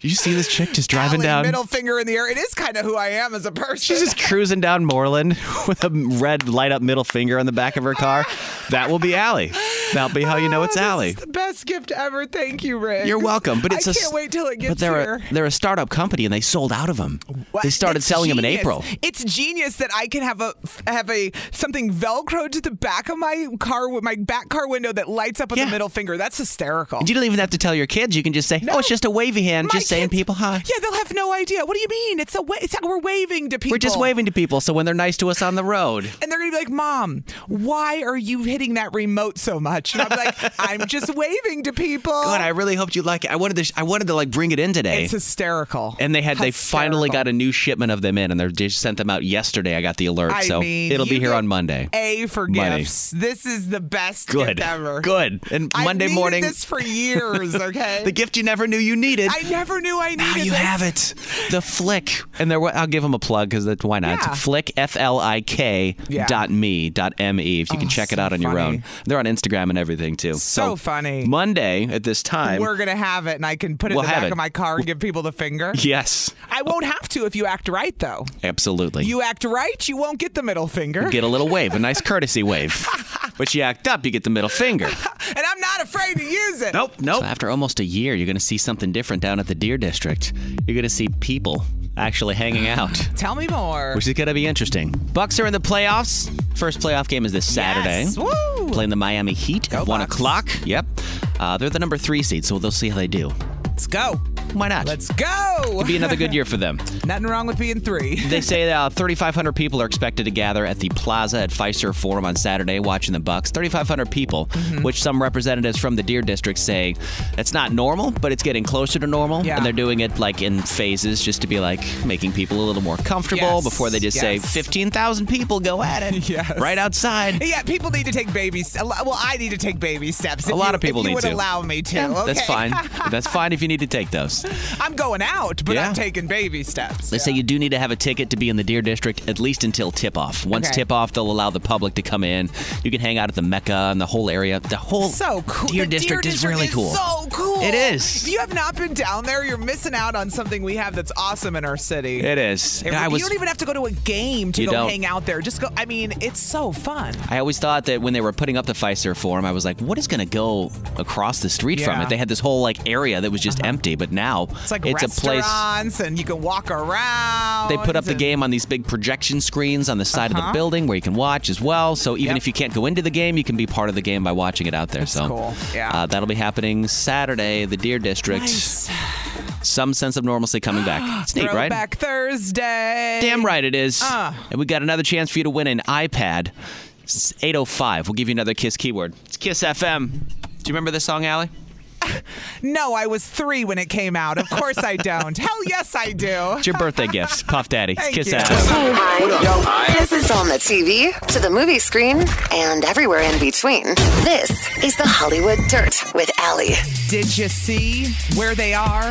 [SPEAKER 3] You see this chick just driving
[SPEAKER 2] Allie,
[SPEAKER 3] down.
[SPEAKER 2] middle finger in the air. It is kind of who I am as a person.
[SPEAKER 3] She's just cruising down Moreland with a red light up middle finger on the back of her car. That will be Allie. That'll be how you know it's
[SPEAKER 2] Oh, this
[SPEAKER 3] Allie.
[SPEAKER 2] is the best gift ever. Thank you, Rick.
[SPEAKER 3] You're welcome, but it's
[SPEAKER 2] I
[SPEAKER 3] a s-
[SPEAKER 2] can't wait till it gets
[SPEAKER 3] but they're
[SPEAKER 2] here.
[SPEAKER 3] A, they're a startup company and they sold out of them. They
[SPEAKER 2] What?
[SPEAKER 3] started
[SPEAKER 2] It's
[SPEAKER 3] selling them in
[SPEAKER 2] genius.
[SPEAKER 3] April.
[SPEAKER 2] It's genius that I can have a have a something velcroed to the back of my car with my back car window that lights up with
[SPEAKER 3] Yeah.
[SPEAKER 2] the middle finger. That's hysterical.
[SPEAKER 3] You don't even have to tell your kids. You can just say, "Oh, it's just a wavy hand,
[SPEAKER 2] My
[SPEAKER 3] just saying
[SPEAKER 2] kids-
[SPEAKER 3] people hi."
[SPEAKER 2] Yeah, they'll have no idea. What do you mean? It's a wa- it's we're waving to people.
[SPEAKER 3] We're just waving to people, so when they're nice to us on the road,
[SPEAKER 2] And they're gonna be like, "Mom, why are you hitting that remote so much?" And I'm like, "I'm just waving to people."
[SPEAKER 3] God, I really hoped you like it. I wanted to, sh- I wanted to like bring it in today.
[SPEAKER 2] Oh. it's hysterical.
[SPEAKER 3] and they had, they finally
[SPEAKER 2] Hysterical.
[SPEAKER 3] got a new shipment of them in, and they just sent them out yesterday. I got the alert,
[SPEAKER 2] I
[SPEAKER 3] so
[SPEAKER 2] mean,
[SPEAKER 3] it'll be
[SPEAKER 2] you
[SPEAKER 3] here
[SPEAKER 2] get
[SPEAKER 3] on Monday.
[SPEAKER 2] A for
[SPEAKER 3] Money.
[SPEAKER 2] gifts. This is the best
[SPEAKER 3] Good,
[SPEAKER 2] gift ever.
[SPEAKER 3] good. And
[SPEAKER 2] I've
[SPEAKER 3] Monday
[SPEAKER 2] needed
[SPEAKER 3] morning,
[SPEAKER 2] this for years. Okay.
[SPEAKER 3] the gift you never knew you needed.
[SPEAKER 2] I never knew I needed.
[SPEAKER 3] Now you
[SPEAKER 2] this.
[SPEAKER 3] have it. The Flick. And there, wa- I'll give them a plug because why not?
[SPEAKER 2] Yeah.
[SPEAKER 3] It's Flick, F L I K
[SPEAKER 2] Yeah.
[SPEAKER 3] dot me dot M E. If you can check it
[SPEAKER 2] so
[SPEAKER 3] out on your
[SPEAKER 2] funny.
[SPEAKER 3] own. They're on Instagram and everything too.
[SPEAKER 2] So funny.
[SPEAKER 3] Monday at this time.
[SPEAKER 2] We're gonna have it, and I can put it
[SPEAKER 3] We'll
[SPEAKER 2] in the back
[SPEAKER 3] have it.
[SPEAKER 2] of my car and give people the finger.
[SPEAKER 3] yes,
[SPEAKER 2] I won't have to if you act right, though.
[SPEAKER 3] absolutely.
[SPEAKER 2] You act right, you won't get the middle finger.
[SPEAKER 3] get a little wave, a nice courtesy wave. but you act up, you get the middle finger.
[SPEAKER 2] and I'm not afraid to use it.
[SPEAKER 3] Nope, nope. So after almost a year, you're going to see something different down at the Deer District. You're going to see people actually hanging out.
[SPEAKER 2] Tell me more.
[SPEAKER 3] which is going to be interesting. Bucks are in the playoffs. First playoff game is this Saturday.
[SPEAKER 2] Yes. Woo!
[SPEAKER 3] Playing the Miami Heat
[SPEAKER 2] Go
[SPEAKER 3] at one
[SPEAKER 2] Bucks.
[SPEAKER 3] o'clock. Yep. Uh, they're the number three seed, so they'll see how they do.
[SPEAKER 2] Let's go.
[SPEAKER 3] Why not?
[SPEAKER 2] Let's go.
[SPEAKER 3] be another good year for them.
[SPEAKER 2] Nothing wrong with being three.
[SPEAKER 3] They say uh, 3,500 people are expected to gather at the plaza at Pfizer Forum on Saturday, watching the Bucks. 3,500 people,
[SPEAKER 2] Mm-hmm.
[SPEAKER 3] which some representatives from the Deer District say that's not normal, but it's getting closer to normal.
[SPEAKER 2] Yeah.
[SPEAKER 3] And they're doing it like in phases, just to be like making people a little more comfortable
[SPEAKER 2] Yes,
[SPEAKER 3] before they just say
[SPEAKER 2] yes.
[SPEAKER 3] 15,000 people go at it
[SPEAKER 2] Yes.
[SPEAKER 3] right outside.
[SPEAKER 2] Yeah, people need to take baby. St- well, I need to take baby steps.
[SPEAKER 3] A
[SPEAKER 2] if
[SPEAKER 3] lot
[SPEAKER 2] you-
[SPEAKER 3] of people
[SPEAKER 2] if you
[SPEAKER 3] need
[SPEAKER 2] would
[SPEAKER 3] to.
[SPEAKER 2] allow me to.
[SPEAKER 3] Yeah, That's
[SPEAKER 2] okay?
[SPEAKER 3] fine. That's fine if you need to take those.
[SPEAKER 2] I'm going out, but
[SPEAKER 3] Yeah.
[SPEAKER 2] I'm taking baby steps.
[SPEAKER 3] They say you do need to have a ticket to be in the Deer District at least until tip off. Once
[SPEAKER 2] Okay.
[SPEAKER 3] tip off, they'll allow the public to come in. You can hang out at the Mecca and the whole area. The whole
[SPEAKER 2] so cool.
[SPEAKER 3] Deer
[SPEAKER 2] The
[SPEAKER 3] District is really cool.
[SPEAKER 2] So cool.
[SPEAKER 3] It is.
[SPEAKER 2] If you have not been down there, you're missing out on something we have that's awesome in our city.
[SPEAKER 3] it is.
[SPEAKER 2] It-
[SPEAKER 3] And I
[SPEAKER 2] you
[SPEAKER 3] was.
[SPEAKER 2] don't even have to go to a game to
[SPEAKER 3] You
[SPEAKER 2] go
[SPEAKER 3] don't.
[SPEAKER 2] hang out there. Just go. I mean, it's so fun.
[SPEAKER 3] I always thought that when they were putting up the Pfizer Forum, I was like, what is going to go across the street from
[SPEAKER 2] Yeah. Uh-huh.
[SPEAKER 3] it? They had this whole like area that was just empty, but now
[SPEAKER 2] It's like
[SPEAKER 3] it's a place.
[SPEAKER 2] restaurants, and you can walk around.
[SPEAKER 3] They put up the
[SPEAKER 2] and-
[SPEAKER 3] game on these big projection screens on the side of the building where you can watch as well. So even
[SPEAKER 2] Uh-huh. Yep.
[SPEAKER 3] if you can't go into the game, you can be part of the game by watching it out there. so
[SPEAKER 2] cool. Yeah.
[SPEAKER 3] uh, that'll be happening Saturday, the Deer District.
[SPEAKER 2] Nice.
[SPEAKER 3] Some sense of normalcy coming back. It's neat, right?
[SPEAKER 2] Throwback Thursday.
[SPEAKER 3] Damn right it is.
[SPEAKER 2] Uh.
[SPEAKER 3] And we got another chance for you to win an iPad. It's 805. We'll give you another Kiss keyword. It's Kiss FM. Do you remember this song, Allie?
[SPEAKER 2] No, I was three when it came out. Of course I don't. Hell yes, I do.
[SPEAKER 3] It's your birthday gift, Puff Daddy. It's
[SPEAKER 2] Thank
[SPEAKER 3] Kiss
[SPEAKER 2] you.
[SPEAKER 3] FM.
[SPEAKER 1] Hi. This is on the TV, to the movie screen, and everywhere in between. This is the Hollywood Dirt with Allie.
[SPEAKER 2] Did you see where they are?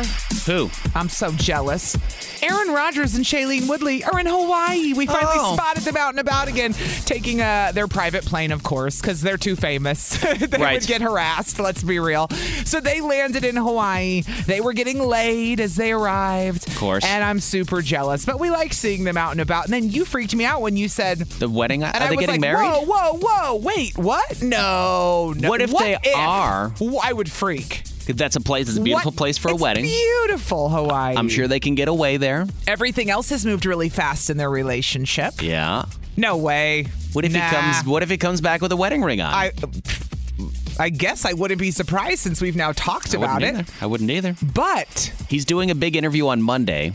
[SPEAKER 3] Who?
[SPEAKER 2] I'm so jealous. Aaron Rodgers and Shailene Woodley are in Hawaii. We finally
[SPEAKER 3] Oh.
[SPEAKER 2] spotted them out and about again, taking uh, their private plane, of course, because they're too famous. they
[SPEAKER 3] Right.
[SPEAKER 2] would get harassed, let's be real. So they landed in Hawaii. They were getting laid as they arrived. Of
[SPEAKER 3] course.
[SPEAKER 2] And I'm super jealous, but we like seeing them out and about. And then you freaked me out when you said,
[SPEAKER 3] The wedding? Are
[SPEAKER 2] and I
[SPEAKER 3] they
[SPEAKER 2] was like,
[SPEAKER 3] getting married?
[SPEAKER 2] Whoa, whoa, whoa! Wait, what? No, no.
[SPEAKER 3] What if they are?
[SPEAKER 2] I would freak.
[SPEAKER 3] That's a place. It's a beautiful
[SPEAKER 2] What-
[SPEAKER 3] place for a
[SPEAKER 2] it's
[SPEAKER 3] wedding.
[SPEAKER 2] Beautiful Hawaii.
[SPEAKER 3] I'm sure they can get away there.
[SPEAKER 2] everything else has moved really fast in their relationship.
[SPEAKER 3] Yeah.
[SPEAKER 2] No way.
[SPEAKER 3] What if
[SPEAKER 2] Nah.
[SPEAKER 3] he comes? What if he comes back with a wedding ring on?
[SPEAKER 2] I. I guess I wouldn't be surprised since we've now talked
[SPEAKER 3] I wouldn't
[SPEAKER 2] about it.
[SPEAKER 3] either. I wouldn't either.
[SPEAKER 2] But
[SPEAKER 3] He's doing a big interview on Monday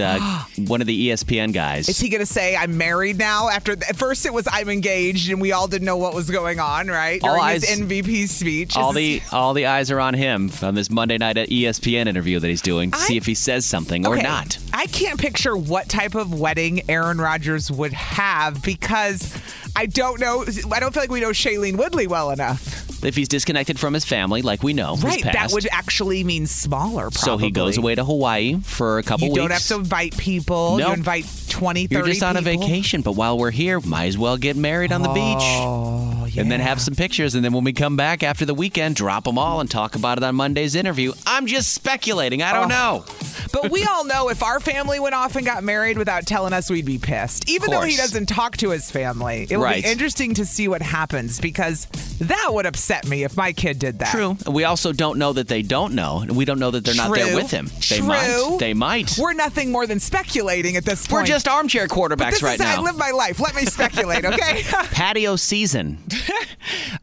[SPEAKER 3] uh, one of the ESPN guys.
[SPEAKER 2] is he going to say I'm married now? After th- at first it was I'm engaged, and we all didn't know what was going on, right?
[SPEAKER 3] All
[SPEAKER 2] During his
[SPEAKER 3] eyes-
[SPEAKER 2] MVP speech, Is
[SPEAKER 3] all
[SPEAKER 2] this-
[SPEAKER 3] the all the eyes are on him on this Monday night at E ESPN interview that he's doing to
[SPEAKER 2] I-
[SPEAKER 3] see if he says something or
[SPEAKER 2] Okay.
[SPEAKER 3] not.
[SPEAKER 2] I can't picture what type of wedding Aaron Rodgers would have because I don't know. I don't feel like we know Shailene Woodley well enough.
[SPEAKER 3] If he's disconnected from his family, like we know, his
[SPEAKER 2] Right. That
[SPEAKER 3] past.
[SPEAKER 2] would actually mean smaller, probably.
[SPEAKER 3] so he goes away to Hawaii for a couple
[SPEAKER 2] You
[SPEAKER 3] weeks.
[SPEAKER 2] don't have to invite people.
[SPEAKER 3] Nope.
[SPEAKER 2] You invite 20, 30
[SPEAKER 3] You're just on a
[SPEAKER 2] people.
[SPEAKER 3] vacation, but while we're here, might as well get married on the beach.
[SPEAKER 2] Oh, yeah.
[SPEAKER 3] And then have some pictures, and then when we come back after the weekend, drop them all and talk about it on Monday's interview. I'm just speculating. I don't
[SPEAKER 2] Oh.
[SPEAKER 3] know.
[SPEAKER 2] But we all know if our family went off and got married without telling us, we'd be pissed. Even though he
[SPEAKER 3] course.
[SPEAKER 2] doesn't talk to his family, it would
[SPEAKER 3] Right.
[SPEAKER 2] be interesting to see what happens because that would upset me if my kid did that.
[SPEAKER 3] True. And we also don't know that they don't know, and we don't know that they're not there
[SPEAKER 2] True.
[SPEAKER 3] with him. They
[SPEAKER 2] True.
[SPEAKER 3] might. They might.
[SPEAKER 2] We're nothing more than speculating at this
[SPEAKER 3] We're
[SPEAKER 2] point.
[SPEAKER 3] just armchair quarterbacks
[SPEAKER 2] this
[SPEAKER 3] right
[SPEAKER 2] is
[SPEAKER 3] now.
[SPEAKER 2] how I live my life. Let me speculate, okay?
[SPEAKER 3] Patio season.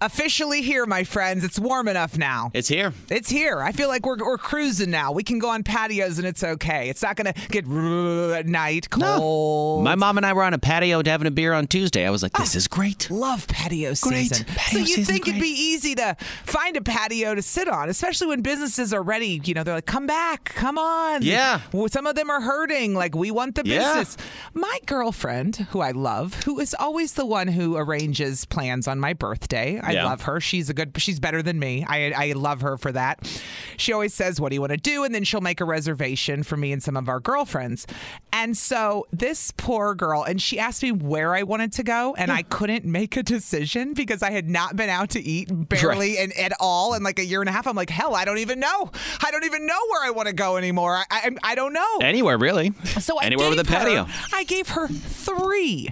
[SPEAKER 2] Officially here, my friends. It's warm enough now.
[SPEAKER 3] It's here.
[SPEAKER 2] It's here. I feel like we're, we're cruising now. We can go on patios and it's okay. It's not going to get r- at night cold.
[SPEAKER 3] My mom and I were on a patio having a beer on Tuesday. I was
[SPEAKER 2] Oh.
[SPEAKER 3] like, this is great.
[SPEAKER 2] Love patio
[SPEAKER 3] Great.
[SPEAKER 2] season. so
[SPEAKER 3] Patio
[SPEAKER 2] you
[SPEAKER 3] season's
[SPEAKER 2] think it'd be
[SPEAKER 3] great.
[SPEAKER 2] easy to find a patio to sit on, especially when businesses are ready. You know, they're like, "Come back, come on."
[SPEAKER 3] Yeah.
[SPEAKER 2] Well, some of them are hurting. Like we want the
[SPEAKER 3] Yeah.
[SPEAKER 2] business. My girlfriend, who I love, who is always the one who arranges plans on my birthday. I
[SPEAKER 3] Yeah.
[SPEAKER 2] love her. She's a good. She's better than me. I I love her for that. She always says, "What do you want to do?" And then she'll make a reservation for me and some of our girlfriends. And so this poor girl, and she asked me where I wanted to go, and I couldn't make a decision because I had not been out to eat barely and at all in like a year and a half. I'm like, hell, I don't even know. I don't even know where I want to go anymore. I I, I don't know.
[SPEAKER 3] Anywhere, really.
[SPEAKER 2] So I
[SPEAKER 3] Anywhere with a
[SPEAKER 2] gave her-
[SPEAKER 3] patio.
[SPEAKER 2] I gave her three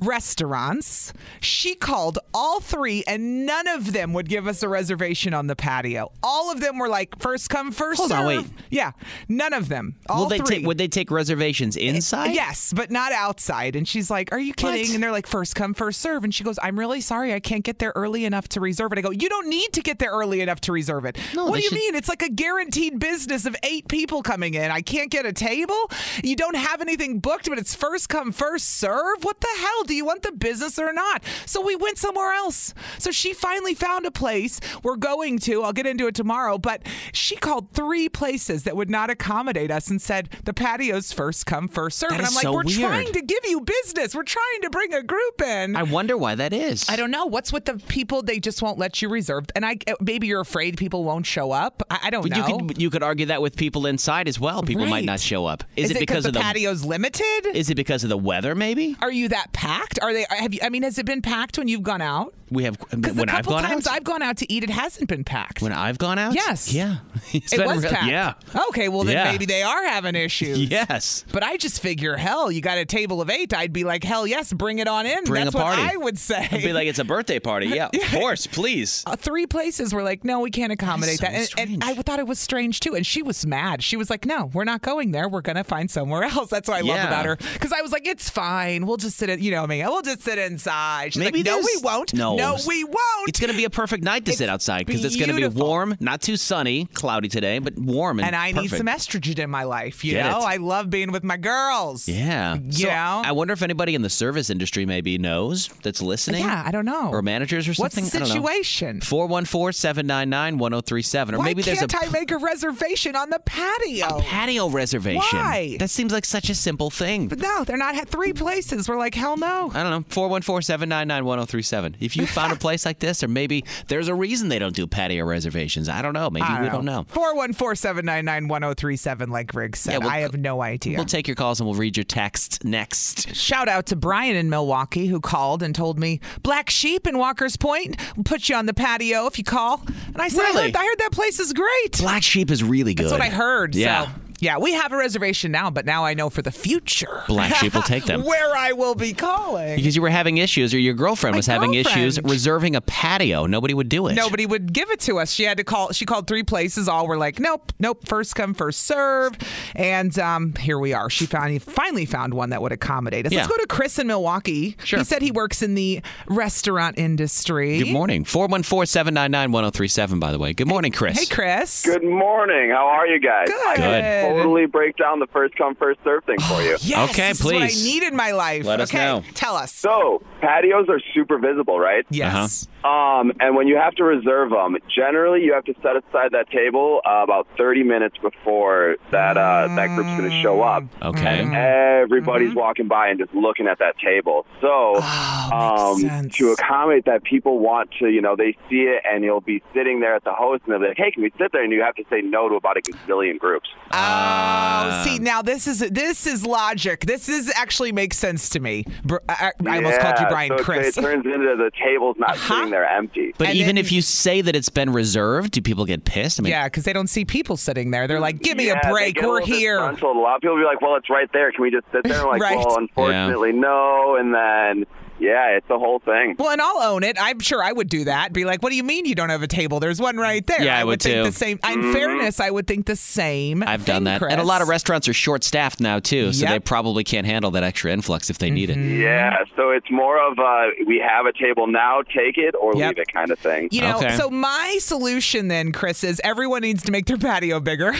[SPEAKER 2] restaurants. She called all three, and none of them would give us a reservation on the patio. All of them were like first come, first
[SPEAKER 3] Hold on,
[SPEAKER 2] serve.
[SPEAKER 3] wait.
[SPEAKER 2] Yeah, none of them. All
[SPEAKER 3] Will they
[SPEAKER 2] three.
[SPEAKER 3] take, would they take reservations inside?
[SPEAKER 2] Yes, but not outside. And she's like, Are you kidding?
[SPEAKER 3] What?
[SPEAKER 2] And they're like, First come, first serve. And she goes, I'm really sorry. I can't get there early enough to reserve it. I go, You don't need to get there early enough to reserve it.
[SPEAKER 3] No,
[SPEAKER 2] what
[SPEAKER 3] they
[SPEAKER 2] do you
[SPEAKER 3] should-
[SPEAKER 2] mean? It's like a guaranteed business of eight people coming in. I can't get a table. You don't have anything booked, but it's first come, first serve. What the hell? Do you want the business or not? So we went somewhere else. So she finally found a place we're going to. I'll get into it tomorrow. But she called three places that would not accommodate us and said, The patio's first come, first serve.
[SPEAKER 3] That
[SPEAKER 2] and
[SPEAKER 3] is
[SPEAKER 2] I'm like,
[SPEAKER 3] so
[SPEAKER 2] we're trying
[SPEAKER 3] weird.
[SPEAKER 2] to give you business. We're trying to bring a group in.
[SPEAKER 3] I wonder why that is.
[SPEAKER 2] I don't know. What's with the people? They just won't let you reserve. And I uh, maybe you're afraid people won't show up. I, I don't
[SPEAKER 3] But you
[SPEAKER 2] know.
[SPEAKER 3] could you could argue that with people inside as well. People might
[SPEAKER 2] Right.
[SPEAKER 3] not show up. Is,
[SPEAKER 2] it
[SPEAKER 3] because
[SPEAKER 2] the
[SPEAKER 3] of the
[SPEAKER 2] patio's limited?
[SPEAKER 3] Is it because of the weather? Maybe
[SPEAKER 2] Are you that packed? Are they? Have you? I mean, has it been packed when you've gone out?
[SPEAKER 3] we have
[SPEAKER 2] Because the
[SPEAKER 3] when I've
[SPEAKER 2] couple
[SPEAKER 3] gone
[SPEAKER 2] times
[SPEAKER 3] out.
[SPEAKER 2] I've gone out to eat, it hasn't been packed.
[SPEAKER 3] when I've gone out.
[SPEAKER 2] Yes.
[SPEAKER 3] Yeah. It's
[SPEAKER 2] it
[SPEAKER 3] been
[SPEAKER 2] was
[SPEAKER 3] real-
[SPEAKER 2] packed.
[SPEAKER 3] Yeah.
[SPEAKER 2] Okay. Well, then
[SPEAKER 3] Yeah.
[SPEAKER 2] maybe they are having issues.
[SPEAKER 3] Yes.
[SPEAKER 2] But I just figure, hell, you got a table of eight. I'd be like, hell yes, bring it on in.
[SPEAKER 3] Bring
[SPEAKER 2] That's
[SPEAKER 3] a party.
[SPEAKER 2] what I would say.
[SPEAKER 3] I'd be like, it's a birthday party. Yeah. Of course, please.
[SPEAKER 2] uh, three places were like, no, we can't accommodate
[SPEAKER 3] so
[SPEAKER 2] that. And- And, I
[SPEAKER 3] strange.
[SPEAKER 2] thought it was strange too. And she was mad. She was like, no, we're not going there. We're going to find somewhere else. That's what I love
[SPEAKER 3] Yeah.
[SPEAKER 2] about her. Because I was like, it's fine. We'll just sit in, you know me, we'll just sit inside. She's
[SPEAKER 3] Maybe
[SPEAKER 2] like, no, we
[SPEAKER 3] there's-
[SPEAKER 2] won't.
[SPEAKER 3] No.
[SPEAKER 2] No, we won't.
[SPEAKER 3] It's going to be a perfect night to
[SPEAKER 2] It's
[SPEAKER 3] sit outside because it's going to be
[SPEAKER 2] beautiful.
[SPEAKER 3] warm, not too sunny, cloudy today, but warm and
[SPEAKER 2] and I need
[SPEAKER 3] perfect.
[SPEAKER 2] some estrogen in my life. You
[SPEAKER 3] Get
[SPEAKER 2] know,
[SPEAKER 3] it.
[SPEAKER 2] I love being with my girls.
[SPEAKER 3] Yeah.
[SPEAKER 2] You
[SPEAKER 3] So,
[SPEAKER 2] know?
[SPEAKER 3] I wonder if anybody in the service industry maybe knows that's listening.
[SPEAKER 2] yeah, I don't know.
[SPEAKER 3] Or managers or
[SPEAKER 2] What's
[SPEAKER 3] something.
[SPEAKER 2] the situation?
[SPEAKER 3] 414 799 1037. Or
[SPEAKER 2] Why
[SPEAKER 3] maybe there's a
[SPEAKER 2] can't I make a reservation on the patio?
[SPEAKER 3] patio reservation.
[SPEAKER 2] Why?
[SPEAKER 3] That seems like such a simple thing.
[SPEAKER 2] But no, they're not. Had three places. We're like, hell no. know.
[SPEAKER 3] I don't know. 414 799 1037. If you found a place like this, or maybe there's a reason they don't do patio reservations. I don't know. Maybe we don't know.
[SPEAKER 2] 414 799 1037, like Riggs said.
[SPEAKER 3] Yeah, we'll-
[SPEAKER 2] I have no idea.
[SPEAKER 3] We'll take your calls and we'll read your texts next.
[SPEAKER 2] Shout out to Brian in Milwaukee who called and told me, Black Sheep in Walker's Point will put you on the patio if you call. And I said, I,
[SPEAKER 3] Really?
[SPEAKER 2] heard, I heard that place is great.
[SPEAKER 3] Black Sheep is really good.
[SPEAKER 2] That's what I heard.
[SPEAKER 3] Yeah.
[SPEAKER 2] So. Yeah, we have a reservation now, but now I know for the future.
[SPEAKER 3] Black Sheep will take them.
[SPEAKER 2] Where I will be calling.
[SPEAKER 3] Because you were having issues, or your girlfriend
[SPEAKER 2] My
[SPEAKER 3] was having issues
[SPEAKER 2] girlfriend.
[SPEAKER 3] reserving a patio. Nobody would do it.
[SPEAKER 2] Nobody would give it to us. She had to call. She called three places. All were like, nope, nope. First come, first serve. And um, here we are. She found, finally found one that would accommodate us.
[SPEAKER 3] Yeah.
[SPEAKER 2] Let's go to Chris in Milwaukee.
[SPEAKER 3] Sure.
[SPEAKER 2] He said he works in the restaurant industry.
[SPEAKER 3] Good morning. 414 799 1037, by the way. Good morning, Chris.
[SPEAKER 2] Hey, Chris.
[SPEAKER 4] Good morning. How are you guys?
[SPEAKER 2] Good.
[SPEAKER 4] I can totally break down the first come first serve thing for you.
[SPEAKER 2] Yes,
[SPEAKER 3] Okay,
[SPEAKER 2] this Is
[SPEAKER 3] please.
[SPEAKER 2] what I need in my life.
[SPEAKER 3] Let us
[SPEAKER 2] okay,
[SPEAKER 3] know.
[SPEAKER 2] Tell us.
[SPEAKER 4] So patios are super visible, right?
[SPEAKER 2] Yes.
[SPEAKER 4] Um, and when you have to reserve them, generally you have to set aside that table uh, about 30 minutes before that uh, that group's going to show up.
[SPEAKER 3] Okay.
[SPEAKER 2] Mm-hmm.
[SPEAKER 4] And everybody's walking by and just looking at that table. So um,
[SPEAKER 2] Oh, makes sense.
[SPEAKER 4] to accommodate that, people want to, you know, they see it and you'll be sitting there at the host and they'll be like, hey, can we sit there? And you have to say no to about a gazillion groups.
[SPEAKER 3] Uh-huh.
[SPEAKER 2] oh,
[SPEAKER 3] Um,
[SPEAKER 2] see, now this is this is logic. This is actually makes sense to me. Br- I, I almost called you
[SPEAKER 4] Yeah,
[SPEAKER 2] Brian
[SPEAKER 4] so it-
[SPEAKER 2] Chris. Uh-huh.
[SPEAKER 4] It turns into the table's not sitting there empty.
[SPEAKER 3] But
[SPEAKER 2] And
[SPEAKER 3] even
[SPEAKER 2] then-
[SPEAKER 3] if you say that it's been reserved, do people get pissed? I mean,
[SPEAKER 2] yeah, because they don't see people sitting there. They're like, "Give me
[SPEAKER 4] Yeah,
[SPEAKER 2] a
[SPEAKER 4] they
[SPEAKER 2] break.
[SPEAKER 4] get a
[SPEAKER 2] We're
[SPEAKER 4] little
[SPEAKER 2] here."
[SPEAKER 4] disgruntled. A lot of people be like, "Well, it's right there. Can we just sit there?" I'm like,
[SPEAKER 2] Right.
[SPEAKER 4] "Well, unfortunately, no." And then, yeah, it's the whole thing.
[SPEAKER 2] Well, and I'll own it. I'm sure I would do that. Be like, "What do you mean you don't have a table? There's one right there."
[SPEAKER 3] Yeah, I
[SPEAKER 2] would,
[SPEAKER 3] would
[SPEAKER 2] think
[SPEAKER 3] too.
[SPEAKER 2] the same. In fairness, I would think the same.
[SPEAKER 3] I've done
[SPEAKER 2] thing,
[SPEAKER 3] that.
[SPEAKER 2] Chris.
[SPEAKER 3] And a lot of restaurants are short staffed now, too, so
[SPEAKER 2] Yep. Mm-hmm.
[SPEAKER 3] they probably can't handle that extra influx if they need it.
[SPEAKER 4] Yeah, so it's more of a we have a table now, take it or
[SPEAKER 2] Yep.
[SPEAKER 4] leave it kind of thing.
[SPEAKER 2] You know,
[SPEAKER 3] Okay.
[SPEAKER 2] so my solution then, Chris, is everyone needs to make their patio bigger.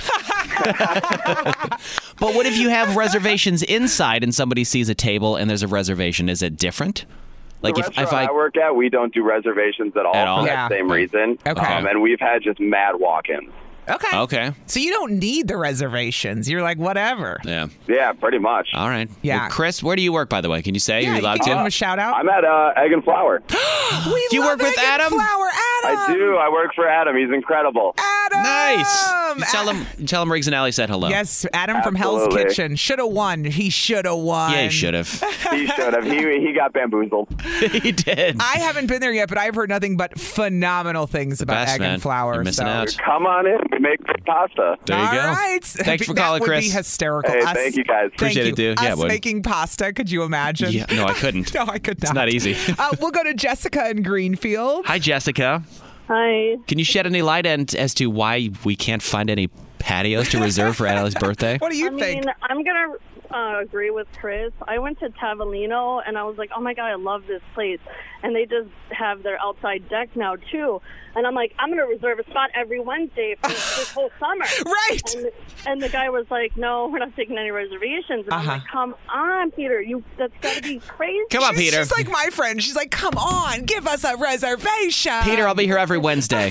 [SPEAKER 3] But what if you have reservations inside and somebody sees a table and there's a reservation? Is it different? Like
[SPEAKER 4] the
[SPEAKER 3] if,
[SPEAKER 4] restaurant
[SPEAKER 3] if I,
[SPEAKER 4] I work at, we don't do reservations at all
[SPEAKER 3] At all?
[SPEAKER 4] for
[SPEAKER 2] Yeah.
[SPEAKER 4] that same reason.
[SPEAKER 2] Okay.
[SPEAKER 4] Um, and we've had just mad walk-ins.
[SPEAKER 2] okay.
[SPEAKER 3] okay,
[SPEAKER 2] So you don't need the reservations. You're like, whatever.
[SPEAKER 3] yeah,
[SPEAKER 4] Yeah, pretty much.
[SPEAKER 2] Uh-huh.
[SPEAKER 3] all right,
[SPEAKER 2] Yeah.
[SPEAKER 3] Well, Chris, where do you work by the way? Can you say
[SPEAKER 2] Yeah,
[SPEAKER 3] you're
[SPEAKER 2] you can
[SPEAKER 3] allowed
[SPEAKER 2] give him
[SPEAKER 3] to?
[SPEAKER 2] a shout out.
[SPEAKER 4] I'm at uh, Egg and Flour.
[SPEAKER 2] we
[SPEAKER 3] Do you
[SPEAKER 2] love
[SPEAKER 3] work with
[SPEAKER 2] Egg and
[SPEAKER 3] Adam?
[SPEAKER 2] Flour Adam.
[SPEAKER 4] I do. I work for Adam. He's incredible.
[SPEAKER 2] Adam.
[SPEAKER 3] nice. You tell
[SPEAKER 2] Ad-
[SPEAKER 3] him, you tell him Riggs and Alley said hello.
[SPEAKER 2] Yes, Adam from Hell's
[SPEAKER 4] Absolutely.
[SPEAKER 2] Kitchen should have won. He should have won.
[SPEAKER 3] yeah, he should have.
[SPEAKER 4] He should have. He he got bamboozled.
[SPEAKER 3] he did.
[SPEAKER 2] I haven't been there yet, but I've heard nothing but phenomenal things about
[SPEAKER 3] best,
[SPEAKER 2] egg
[SPEAKER 3] man.
[SPEAKER 2] and flour.
[SPEAKER 3] You're missing
[SPEAKER 2] so.
[SPEAKER 3] out.
[SPEAKER 4] Come on in. We make great pasta.
[SPEAKER 3] There you
[SPEAKER 2] All
[SPEAKER 3] go.
[SPEAKER 2] right.
[SPEAKER 3] Thanks for
[SPEAKER 2] That
[SPEAKER 3] calling,
[SPEAKER 2] would
[SPEAKER 3] Chris.
[SPEAKER 2] Be hysterical.
[SPEAKER 4] Hey,
[SPEAKER 2] Us-
[SPEAKER 4] thank you guys.
[SPEAKER 2] thank
[SPEAKER 3] Appreciate it,
[SPEAKER 2] you.
[SPEAKER 3] dude. Yeah,
[SPEAKER 2] Us
[SPEAKER 3] would-
[SPEAKER 2] making pasta. Could you imagine?
[SPEAKER 3] Yeah, no, I couldn't.
[SPEAKER 2] no, I could not.
[SPEAKER 3] not easy.
[SPEAKER 2] uh, we'll go to Jessica in Greenfield.
[SPEAKER 3] Hi, Jessica.
[SPEAKER 5] Hi.
[SPEAKER 3] Can you shed any light on, as to why we can't find any patios to reserve for Allie's birthday?
[SPEAKER 2] What do you
[SPEAKER 5] I
[SPEAKER 2] think?
[SPEAKER 5] mean, I'm going to uh, agree with Chris. I went to Tavolino and I was like, oh my God, I love this place. And they just have their outside deck now, too. And I'm like, I'm going to reserve a spot every Wednesday for this whole summer.
[SPEAKER 2] Right.
[SPEAKER 5] And, and the guy was like, no, we're not taking any reservations. And I'm
[SPEAKER 2] Uh-huh.
[SPEAKER 5] like, come on, Peter. you That's got to be crazy.
[SPEAKER 3] Come on,
[SPEAKER 2] She's
[SPEAKER 3] Peter.
[SPEAKER 2] just like my friend. She's like, come on, give us a reservation.
[SPEAKER 3] Peter, I'll be here every Wednesday.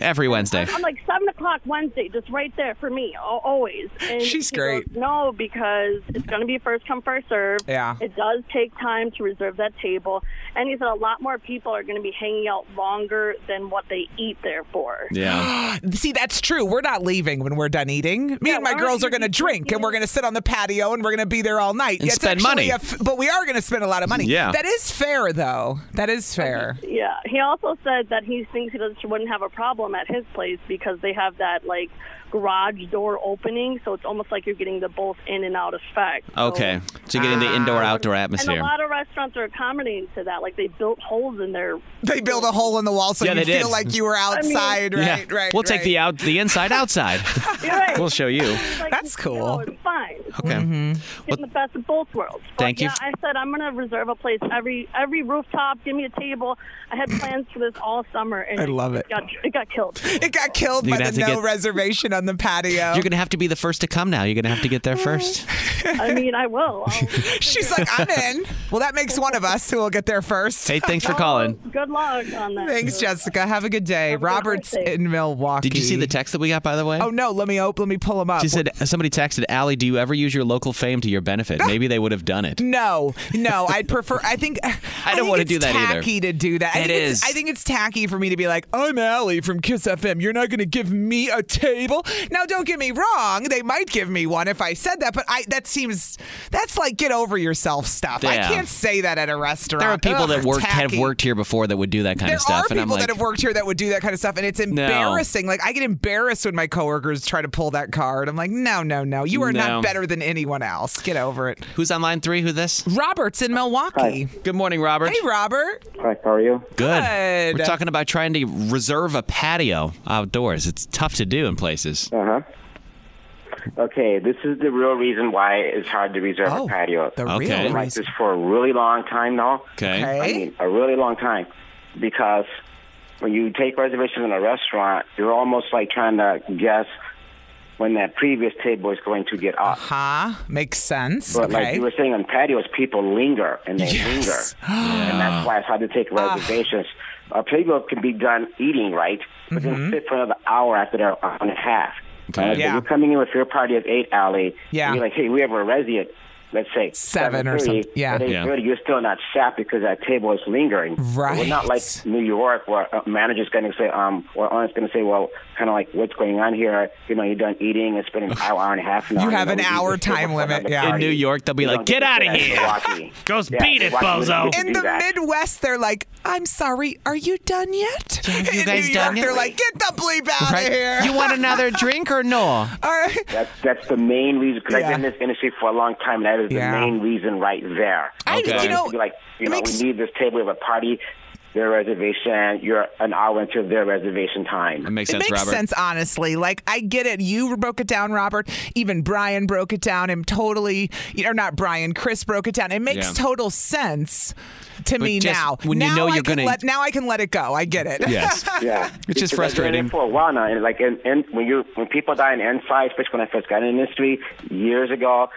[SPEAKER 3] Every Wednesday.
[SPEAKER 5] I'm like seven o'clock Wednesday, just right there for me, al- always. And
[SPEAKER 2] She's
[SPEAKER 5] he goes,
[SPEAKER 2] great.
[SPEAKER 5] no, because it's going to be first come, first serve.
[SPEAKER 2] Yeah.
[SPEAKER 5] it does take time to reserve that table, and he said a lot more people are going to be hanging out longer than what they eat there for.
[SPEAKER 3] Yeah.
[SPEAKER 2] See, that's true. We're not leaving when we're done eating. Me and my
[SPEAKER 5] we're
[SPEAKER 2] girls are going
[SPEAKER 5] gonna
[SPEAKER 2] to
[SPEAKER 5] be
[SPEAKER 2] drink and
[SPEAKER 5] drinking.
[SPEAKER 2] we're going to sit on the patio and we're going to be there all night.
[SPEAKER 3] And
[SPEAKER 2] It's
[SPEAKER 3] spend
[SPEAKER 2] actually
[SPEAKER 3] money.
[SPEAKER 2] a f- but we are going to spend a lot of money.
[SPEAKER 3] Yeah.
[SPEAKER 2] That is fair, though. That is fair.
[SPEAKER 5] Yeah, he also said that he thinks he doesn't, wouldn't have a problem at his place because they have that like garage door opening, so it's almost like you're getting the both in and out effect. So-
[SPEAKER 3] Okay. So you're getting the indoor outdoor
[SPEAKER 5] And
[SPEAKER 3] atmosphere.
[SPEAKER 5] a lot of restaurants are accommodating to that. Like they built holes in their
[SPEAKER 2] They build a hole in the wall so
[SPEAKER 3] Yeah,
[SPEAKER 2] you
[SPEAKER 3] they
[SPEAKER 2] feel
[SPEAKER 3] did.
[SPEAKER 2] like you were outside, right?
[SPEAKER 3] yeah.
[SPEAKER 2] Right.
[SPEAKER 3] we'll take
[SPEAKER 2] right.
[SPEAKER 3] the out the inside outside.
[SPEAKER 5] You're right.
[SPEAKER 3] we'll show you.
[SPEAKER 5] Like,
[SPEAKER 2] That's
[SPEAKER 5] you know,
[SPEAKER 2] cool.
[SPEAKER 5] it's fine. Okay.
[SPEAKER 3] Okay.
[SPEAKER 5] Getting the best of both worlds. But
[SPEAKER 3] Thank you.
[SPEAKER 5] Yeah, I said I'm going to reserve a place every every rooftop. Give me a table. I had plans for this all summer, and
[SPEAKER 2] I love it.
[SPEAKER 5] Got, it got killed.
[SPEAKER 2] It got killed
[SPEAKER 3] You're
[SPEAKER 2] by
[SPEAKER 3] gonna
[SPEAKER 2] the
[SPEAKER 3] have to
[SPEAKER 2] no
[SPEAKER 3] get-
[SPEAKER 2] reservation on the patio.
[SPEAKER 3] You're gonna have to be the first to come now. You're gonna have to get there first.
[SPEAKER 5] I mean, I will. I'll-
[SPEAKER 2] She's like, I'm in. Well, that makes one of us who will get there first.
[SPEAKER 3] Hey, thanks for calling.
[SPEAKER 5] Good luck on that.
[SPEAKER 2] Thanks, Jessica. Have a good day.
[SPEAKER 5] Have a good
[SPEAKER 2] Robert's
[SPEAKER 5] holiday.
[SPEAKER 2] in Milwaukee.
[SPEAKER 3] Did you see the text that we got by the way?
[SPEAKER 2] Oh no, let me op- let me pull him up.
[SPEAKER 3] She said somebody texted Allie do you ever use your local fame to your benefit? Maybe they would have done it.
[SPEAKER 2] No, no. I'd prefer. I think I
[SPEAKER 3] don't
[SPEAKER 2] think
[SPEAKER 3] wanna
[SPEAKER 2] it's
[SPEAKER 3] do that either.
[SPEAKER 2] tacky to do that. I
[SPEAKER 3] It
[SPEAKER 2] think it's-
[SPEAKER 3] is.
[SPEAKER 2] I think it's tacky for me to be like, I'm Allie from Kiss FM. You're not going to give me a table. Now, don't get me wrong. They might give me one if I said that, but I that seems that's like get over yourself stuff. I
[SPEAKER 3] Yeah.
[SPEAKER 2] can't say that at a restaurant.
[SPEAKER 3] There are people
[SPEAKER 2] Ugh,
[SPEAKER 3] that worked have
[SPEAKER 2] tacky.
[SPEAKER 3] worked here before that would do that kind
[SPEAKER 2] There
[SPEAKER 3] of
[SPEAKER 2] are
[SPEAKER 3] stuff, and I'm
[SPEAKER 2] people
[SPEAKER 3] like,
[SPEAKER 2] that have worked here that would do that kind of stuff, and it's embarrassing. Like I get embarrassed when my coworkers try to pull that card. I'm like, no, no, no. You are
[SPEAKER 3] No.
[SPEAKER 2] not better than anyone else. Get over it.
[SPEAKER 3] who's on line three? Who this?
[SPEAKER 2] Robert's in Milwaukee.
[SPEAKER 3] Good morning, Robert.
[SPEAKER 2] Hey, Robert.
[SPEAKER 6] Hi, how are you?
[SPEAKER 3] Good.
[SPEAKER 2] Good.
[SPEAKER 3] We're talking about trying to reserve a patio outdoors. It's tough to do in places.
[SPEAKER 6] Uh huh. Okay, this is the real reason why it's hard to reserve a patio.
[SPEAKER 2] Oh, The
[SPEAKER 3] Okay.
[SPEAKER 2] real
[SPEAKER 3] Like
[SPEAKER 6] I've been like
[SPEAKER 2] reason.
[SPEAKER 6] this for a really long time now.
[SPEAKER 3] Okay.
[SPEAKER 2] Okay.
[SPEAKER 6] I mean, a really long time, because when you take reservations in a restaurant, you're almost like trying to guess when that previous table is going to get up.
[SPEAKER 2] Huh? Makes sense.
[SPEAKER 6] But like
[SPEAKER 2] okay.
[SPEAKER 6] you were saying on patios, people linger and they linger. And that's why it's hard to take reservations. A patio can be done eating, right? But then sit for another hour after they're on and a half.
[SPEAKER 3] Okay.
[SPEAKER 6] Right? So
[SPEAKER 2] Yeah.
[SPEAKER 6] You're coming in with your party of eight, Allie.
[SPEAKER 2] Yeah.
[SPEAKER 6] And you're like, hey, we have a resident. Let's say
[SPEAKER 2] Seven or
[SPEAKER 6] 7:30,
[SPEAKER 2] something. Yeah.
[SPEAKER 6] At
[SPEAKER 3] Yeah.
[SPEAKER 6] 8:30, you're still not sat because that table is lingering.
[SPEAKER 2] Right.
[SPEAKER 6] We're not like New York where a manager's going to say, um, or owner's going to say, well, kind of like, what's going on here? You know, you're done eating and spending an hour, hour and a half. An
[SPEAKER 2] You
[SPEAKER 6] hour,
[SPEAKER 2] have
[SPEAKER 6] know,
[SPEAKER 2] an
[SPEAKER 6] we-
[SPEAKER 2] hour
[SPEAKER 6] we're still
[SPEAKER 2] time
[SPEAKER 6] working on
[SPEAKER 2] limit,
[SPEAKER 6] the
[SPEAKER 2] yeah.
[SPEAKER 3] In New York, they'll be like, get out of here. Goes beat it, bozo.
[SPEAKER 2] in the Midwest, they're like, "I'm sorry, are you done yet?"
[SPEAKER 3] you
[SPEAKER 2] in
[SPEAKER 3] guys
[SPEAKER 2] New York,
[SPEAKER 3] done yet?
[SPEAKER 2] they're like, "Get the bleep out of here!"
[SPEAKER 3] You want another drink or no?
[SPEAKER 2] All right.
[SPEAKER 6] That's that's the main reason. Because
[SPEAKER 2] Yeah.
[SPEAKER 6] I've been in this industry for a long time. That is the
[SPEAKER 2] Yeah.
[SPEAKER 6] main reason right there.
[SPEAKER 2] I- you
[SPEAKER 6] It's
[SPEAKER 2] know,
[SPEAKER 6] like you
[SPEAKER 2] it
[SPEAKER 6] know,
[SPEAKER 2] makes-
[SPEAKER 6] we need this table. We have a party. Their reservation. You're an hour into their reservation
[SPEAKER 3] That
[SPEAKER 6] time.
[SPEAKER 3] makes
[SPEAKER 2] It
[SPEAKER 3] sense,
[SPEAKER 2] makes
[SPEAKER 3] Robert.
[SPEAKER 2] sense, honestly. Like, I get it. You broke it down, Robert. Even Brian broke it down. Him totally, or not Brian, Chris broke it down. It makes
[SPEAKER 3] Yeah.
[SPEAKER 2] total sense to me
[SPEAKER 3] just
[SPEAKER 2] now.
[SPEAKER 3] when you
[SPEAKER 2] now
[SPEAKER 3] know
[SPEAKER 2] I
[SPEAKER 3] you're
[SPEAKER 2] can
[SPEAKER 3] gonna-
[SPEAKER 2] let- now I can let it go. I get it.
[SPEAKER 3] Yes.
[SPEAKER 6] Yeah,
[SPEAKER 3] It's
[SPEAKER 6] Because I've
[SPEAKER 3] just
[SPEAKER 6] been in
[SPEAKER 3] frustrating.
[SPEAKER 6] it for a while now, and like, and, and when you when people die in inside, especially when I first got in the industry years ago,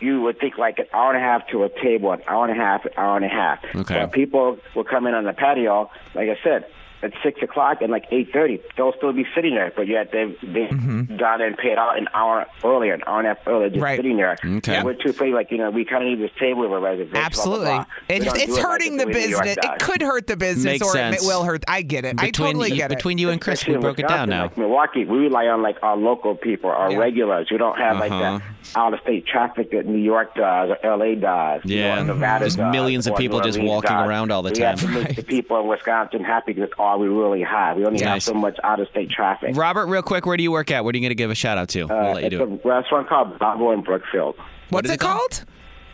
[SPEAKER 6] you would think like an hour and a half to a table, an hour and a half, an hour and a half.
[SPEAKER 3] Okay.
[SPEAKER 6] But people will come in on the patio, like I said, at six o'clock and like eight thirty, they'll still be sitting there, but yet they've been done and paid out an hour earlier, an hour and a half earlier, just
[SPEAKER 2] Mm-hmm. Right.
[SPEAKER 6] sitting there.
[SPEAKER 3] Okay.
[SPEAKER 6] And we're too afraid, like you know, we kind of need this table with a reservation. blah, blah,
[SPEAKER 2] Absolutely.
[SPEAKER 6] blah. We
[SPEAKER 2] It,
[SPEAKER 6] don't do
[SPEAKER 2] it's
[SPEAKER 6] it like
[SPEAKER 2] hurting the
[SPEAKER 6] way New York
[SPEAKER 2] business. It
[SPEAKER 6] does.
[SPEAKER 2] could hurt the business
[SPEAKER 3] Makes
[SPEAKER 2] or
[SPEAKER 3] sense.
[SPEAKER 2] it will hurt. I get it. I
[SPEAKER 3] Between,
[SPEAKER 2] totally
[SPEAKER 3] you,
[SPEAKER 2] get it.
[SPEAKER 3] between you and Chris,
[SPEAKER 6] Especially
[SPEAKER 3] we
[SPEAKER 6] in
[SPEAKER 3] broke it down
[SPEAKER 6] Wisconsin,
[SPEAKER 3] now.
[SPEAKER 6] Like Milwaukee, we rely on like our local people, our
[SPEAKER 2] Yeah.
[SPEAKER 6] regulars. We don't have like
[SPEAKER 3] Uh-huh.
[SPEAKER 6] that out of state traffic that New York does or LA does.
[SPEAKER 3] Yeah.
[SPEAKER 6] or Nevada
[SPEAKER 3] Just
[SPEAKER 6] does,
[SPEAKER 3] millions of
[SPEAKER 6] or
[SPEAKER 3] people
[SPEAKER 6] New
[SPEAKER 3] just
[SPEAKER 6] Orleans
[SPEAKER 3] walking
[SPEAKER 6] does.
[SPEAKER 3] around all the
[SPEAKER 6] we
[SPEAKER 3] time.
[SPEAKER 6] have to make the people in Wisconsin happy because all we really have. We only have
[SPEAKER 3] Nice.
[SPEAKER 6] so much out of state traffic.
[SPEAKER 3] Robert, real quick, where do you work at? Where are you going to give a shout out to?
[SPEAKER 6] Uh,
[SPEAKER 3] we'll let you
[SPEAKER 6] it's
[SPEAKER 3] do
[SPEAKER 6] a
[SPEAKER 3] it.
[SPEAKER 6] restaurant called Bravo in Brookfield.
[SPEAKER 2] What's
[SPEAKER 3] is
[SPEAKER 2] it
[SPEAKER 3] it called?
[SPEAKER 2] called?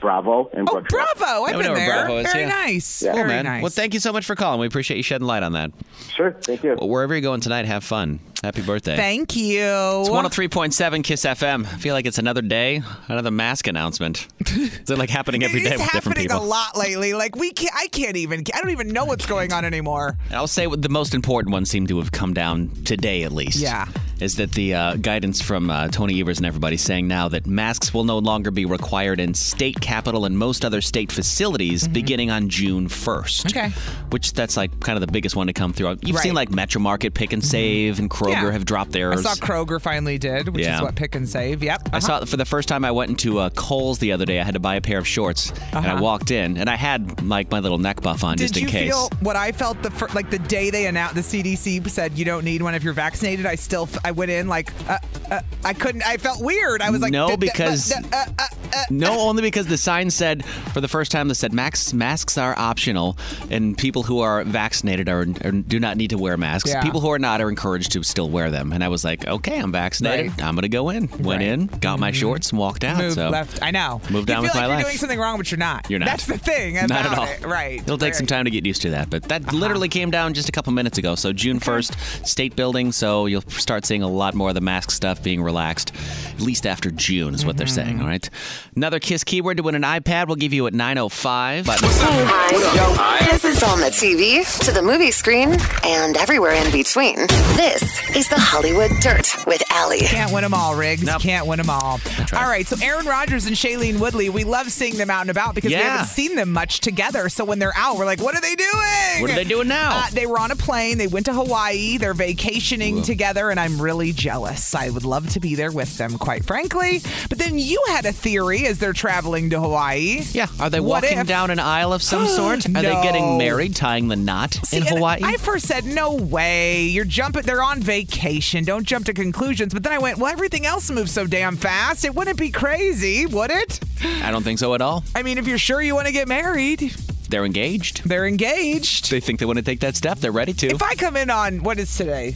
[SPEAKER 6] Bravo in
[SPEAKER 2] Oh,
[SPEAKER 6] Brookfield.
[SPEAKER 2] Bravo. I've
[SPEAKER 3] we know
[SPEAKER 2] been
[SPEAKER 3] where
[SPEAKER 2] there.
[SPEAKER 3] Bravo is,
[SPEAKER 2] Very
[SPEAKER 3] yeah.
[SPEAKER 2] nice.
[SPEAKER 3] Cool,
[SPEAKER 2] Very
[SPEAKER 3] man.
[SPEAKER 2] nice.
[SPEAKER 3] Well, thank you so much for calling. We appreciate you shedding light on that.
[SPEAKER 6] Sure, thank you.
[SPEAKER 3] Well, wherever you're going tonight, have fun. Happy birthday.
[SPEAKER 2] Thank you.
[SPEAKER 3] It's 103.7 Kiss FM. I feel like it's another day, another mask announcement. It's like happening every day
[SPEAKER 2] it's
[SPEAKER 3] with different
[SPEAKER 2] happening a
[SPEAKER 3] people.
[SPEAKER 2] lot lately. Like we can't, I can't even. I don't even know what's going on anymore.
[SPEAKER 3] And I'll say what the most important ones seem to have come down today, at least.
[SPEAKER 2] Yeah.
[SPEAKER 3] Is that the uh, guidance from uh, Tony Evers and everybody saying now that masks will no longer be required in state capital and most other state facilities beginning on June 1st?
[SPEAKER 2] Mm-hmm. Okay.
[SPEAKER 3] Which that's like kind of the biggest one to come through. You've seen
[SPEAKER 2] Right.
[SPEAKER 3] like Metro Market, Pick and Save, and Kroger
[SPEAKER 2] Yeah.
[SPEAKER 3] have dropped
[SPEAKER 2] I
[SPEAKER 3] theirs.
[SPEAKER 2] saw Kroger finally did, which
[SPEAKER 3] Yeah.
[SPEAKER 2] is what pick and save. Yep.
[SPEAKER 3] I saw it for the first time. I went into uh, Kohl's the other day. I had to buy a pair of shorts, and I walked in, and I had like my little neck buff on
[SPEAKER 2] Uh-huh. Did
[SPEAKER 3] just in
[SPEAKER 2] you
[SPEAKER 3] case.
[SPEAKER 2] feel what I felt the fir- like the day they announced the CDC said you don't need one if you're vaccinated? I still f- I went in like uh, uh, I couldn't. I felt weird. I was like
[SPEAKER 3] No,
[SPEAKER 2] "Duh, duh,
[SPEAKER 3] because-
[SPEAKER 2] duh, uh, uh, uh."
[SPEAKER 3] no, only because the sign said for the first time that said max, masks are optional, and people who are vaccinated are, are do not need to wear masks.
[SPEAKER 2] Yeah.
[SPEAKER 3] People who are not are encouraged to still wear them. And I was like, okay, I'm vaccinated.
[SPEAKER 2] Right.
[SPEAKER 3] I'm gonna go in. Went in, got my shorts, and walked out.
[SPEAKER 2] Move
[SPEAKER 3] so
[SPEAKER 2] left. I know.
[SPEAKER 3] Move down
[SPEAKER 2] you
[SPEAKER 3] with
[SPEAKER 2] feel like
[SPEAKER 3] my
[SPEAKER 2] you're
[SPEAKER 3] life.
[SPEAKER 2] doing something wrong, but you're not.
[SPEAKER 3] You're not.
[SPEAKER 2] That's the thing. About
[SPEAKER 3] Not at all.
[SPEAKER 2] It. Right. Uh-huh.
[SPEAKER 3] It'll take some
[SPEAKER 2] Right.
[SPEAKER 3] time to get used to that, but that literally came down just a couple minutes ago. So June first, state building. So you'll start seeing a lot more of the mask stuff being relaxed, at least after June is what
[SPEAKER 2] Mm-hmm.
[SPEAKER 3] they're saying. All right. Another kiss keyword to win an iPad. We'll give you at nine oh five.
[SPEAKER 1] Hi. This is on the TV, to the movie screen, and everywhere in between. This is the Hollywood Dirt with Allie.
[SPEAKER 2] Can't win them all, Riggs.
[SPEAKER 3] Nope.
[SPEAKER 2] Can't win them all.
[SPEAKER 3] right.
[SPEAKER 2] All right, so Aaron Rodgers and Shailene Woodley, we love seeing them out and about because we
[SPEAKER 3] Yeah.
[SPEAKER 2] haven't seen them much together. So when they're out, we're like, what are they doing?
[SPEAKER 3] What are they doing now?
[SPEAKER 2] Uh, they were on a plane. They went to Hawaii. They're vacationing together, and I'm really jealous. I would love to be there with them, quite frankly. But then you had a theory as they're traveling to Hawaii.
[SPEAKER 3] Yeah. Are they
[SPEAKER 2] What
[SPEAKER 3] walking
[SPEAKER 2] if-
[SPEAKER 3] down an aisle of some sort? Are they
[SPEAKER 2] No.
[SPEAKER 3] getting married, tying the knot in
[SPEAKER 2] See, and
[SPEAKER 3] Hawaii?
[SPEAKER 2] I first said, no way. You're jumping. They're on vacation. Don't jump to conclusions. But then I went, well, everything else moves so damn fast. It wouldn't be crazy, would it?
[SPEAKER 3] I don't think so at all.
[SPEAKER 2] I mean, if you're sure you want to get married,
[SPEAKER 3] They're engaged.
[SPEAKER 2] they're engaged.
[SPEAKER 3] They think they want to take that step. They're ready to.
[SPEAKER 2] If I come in on, what is today?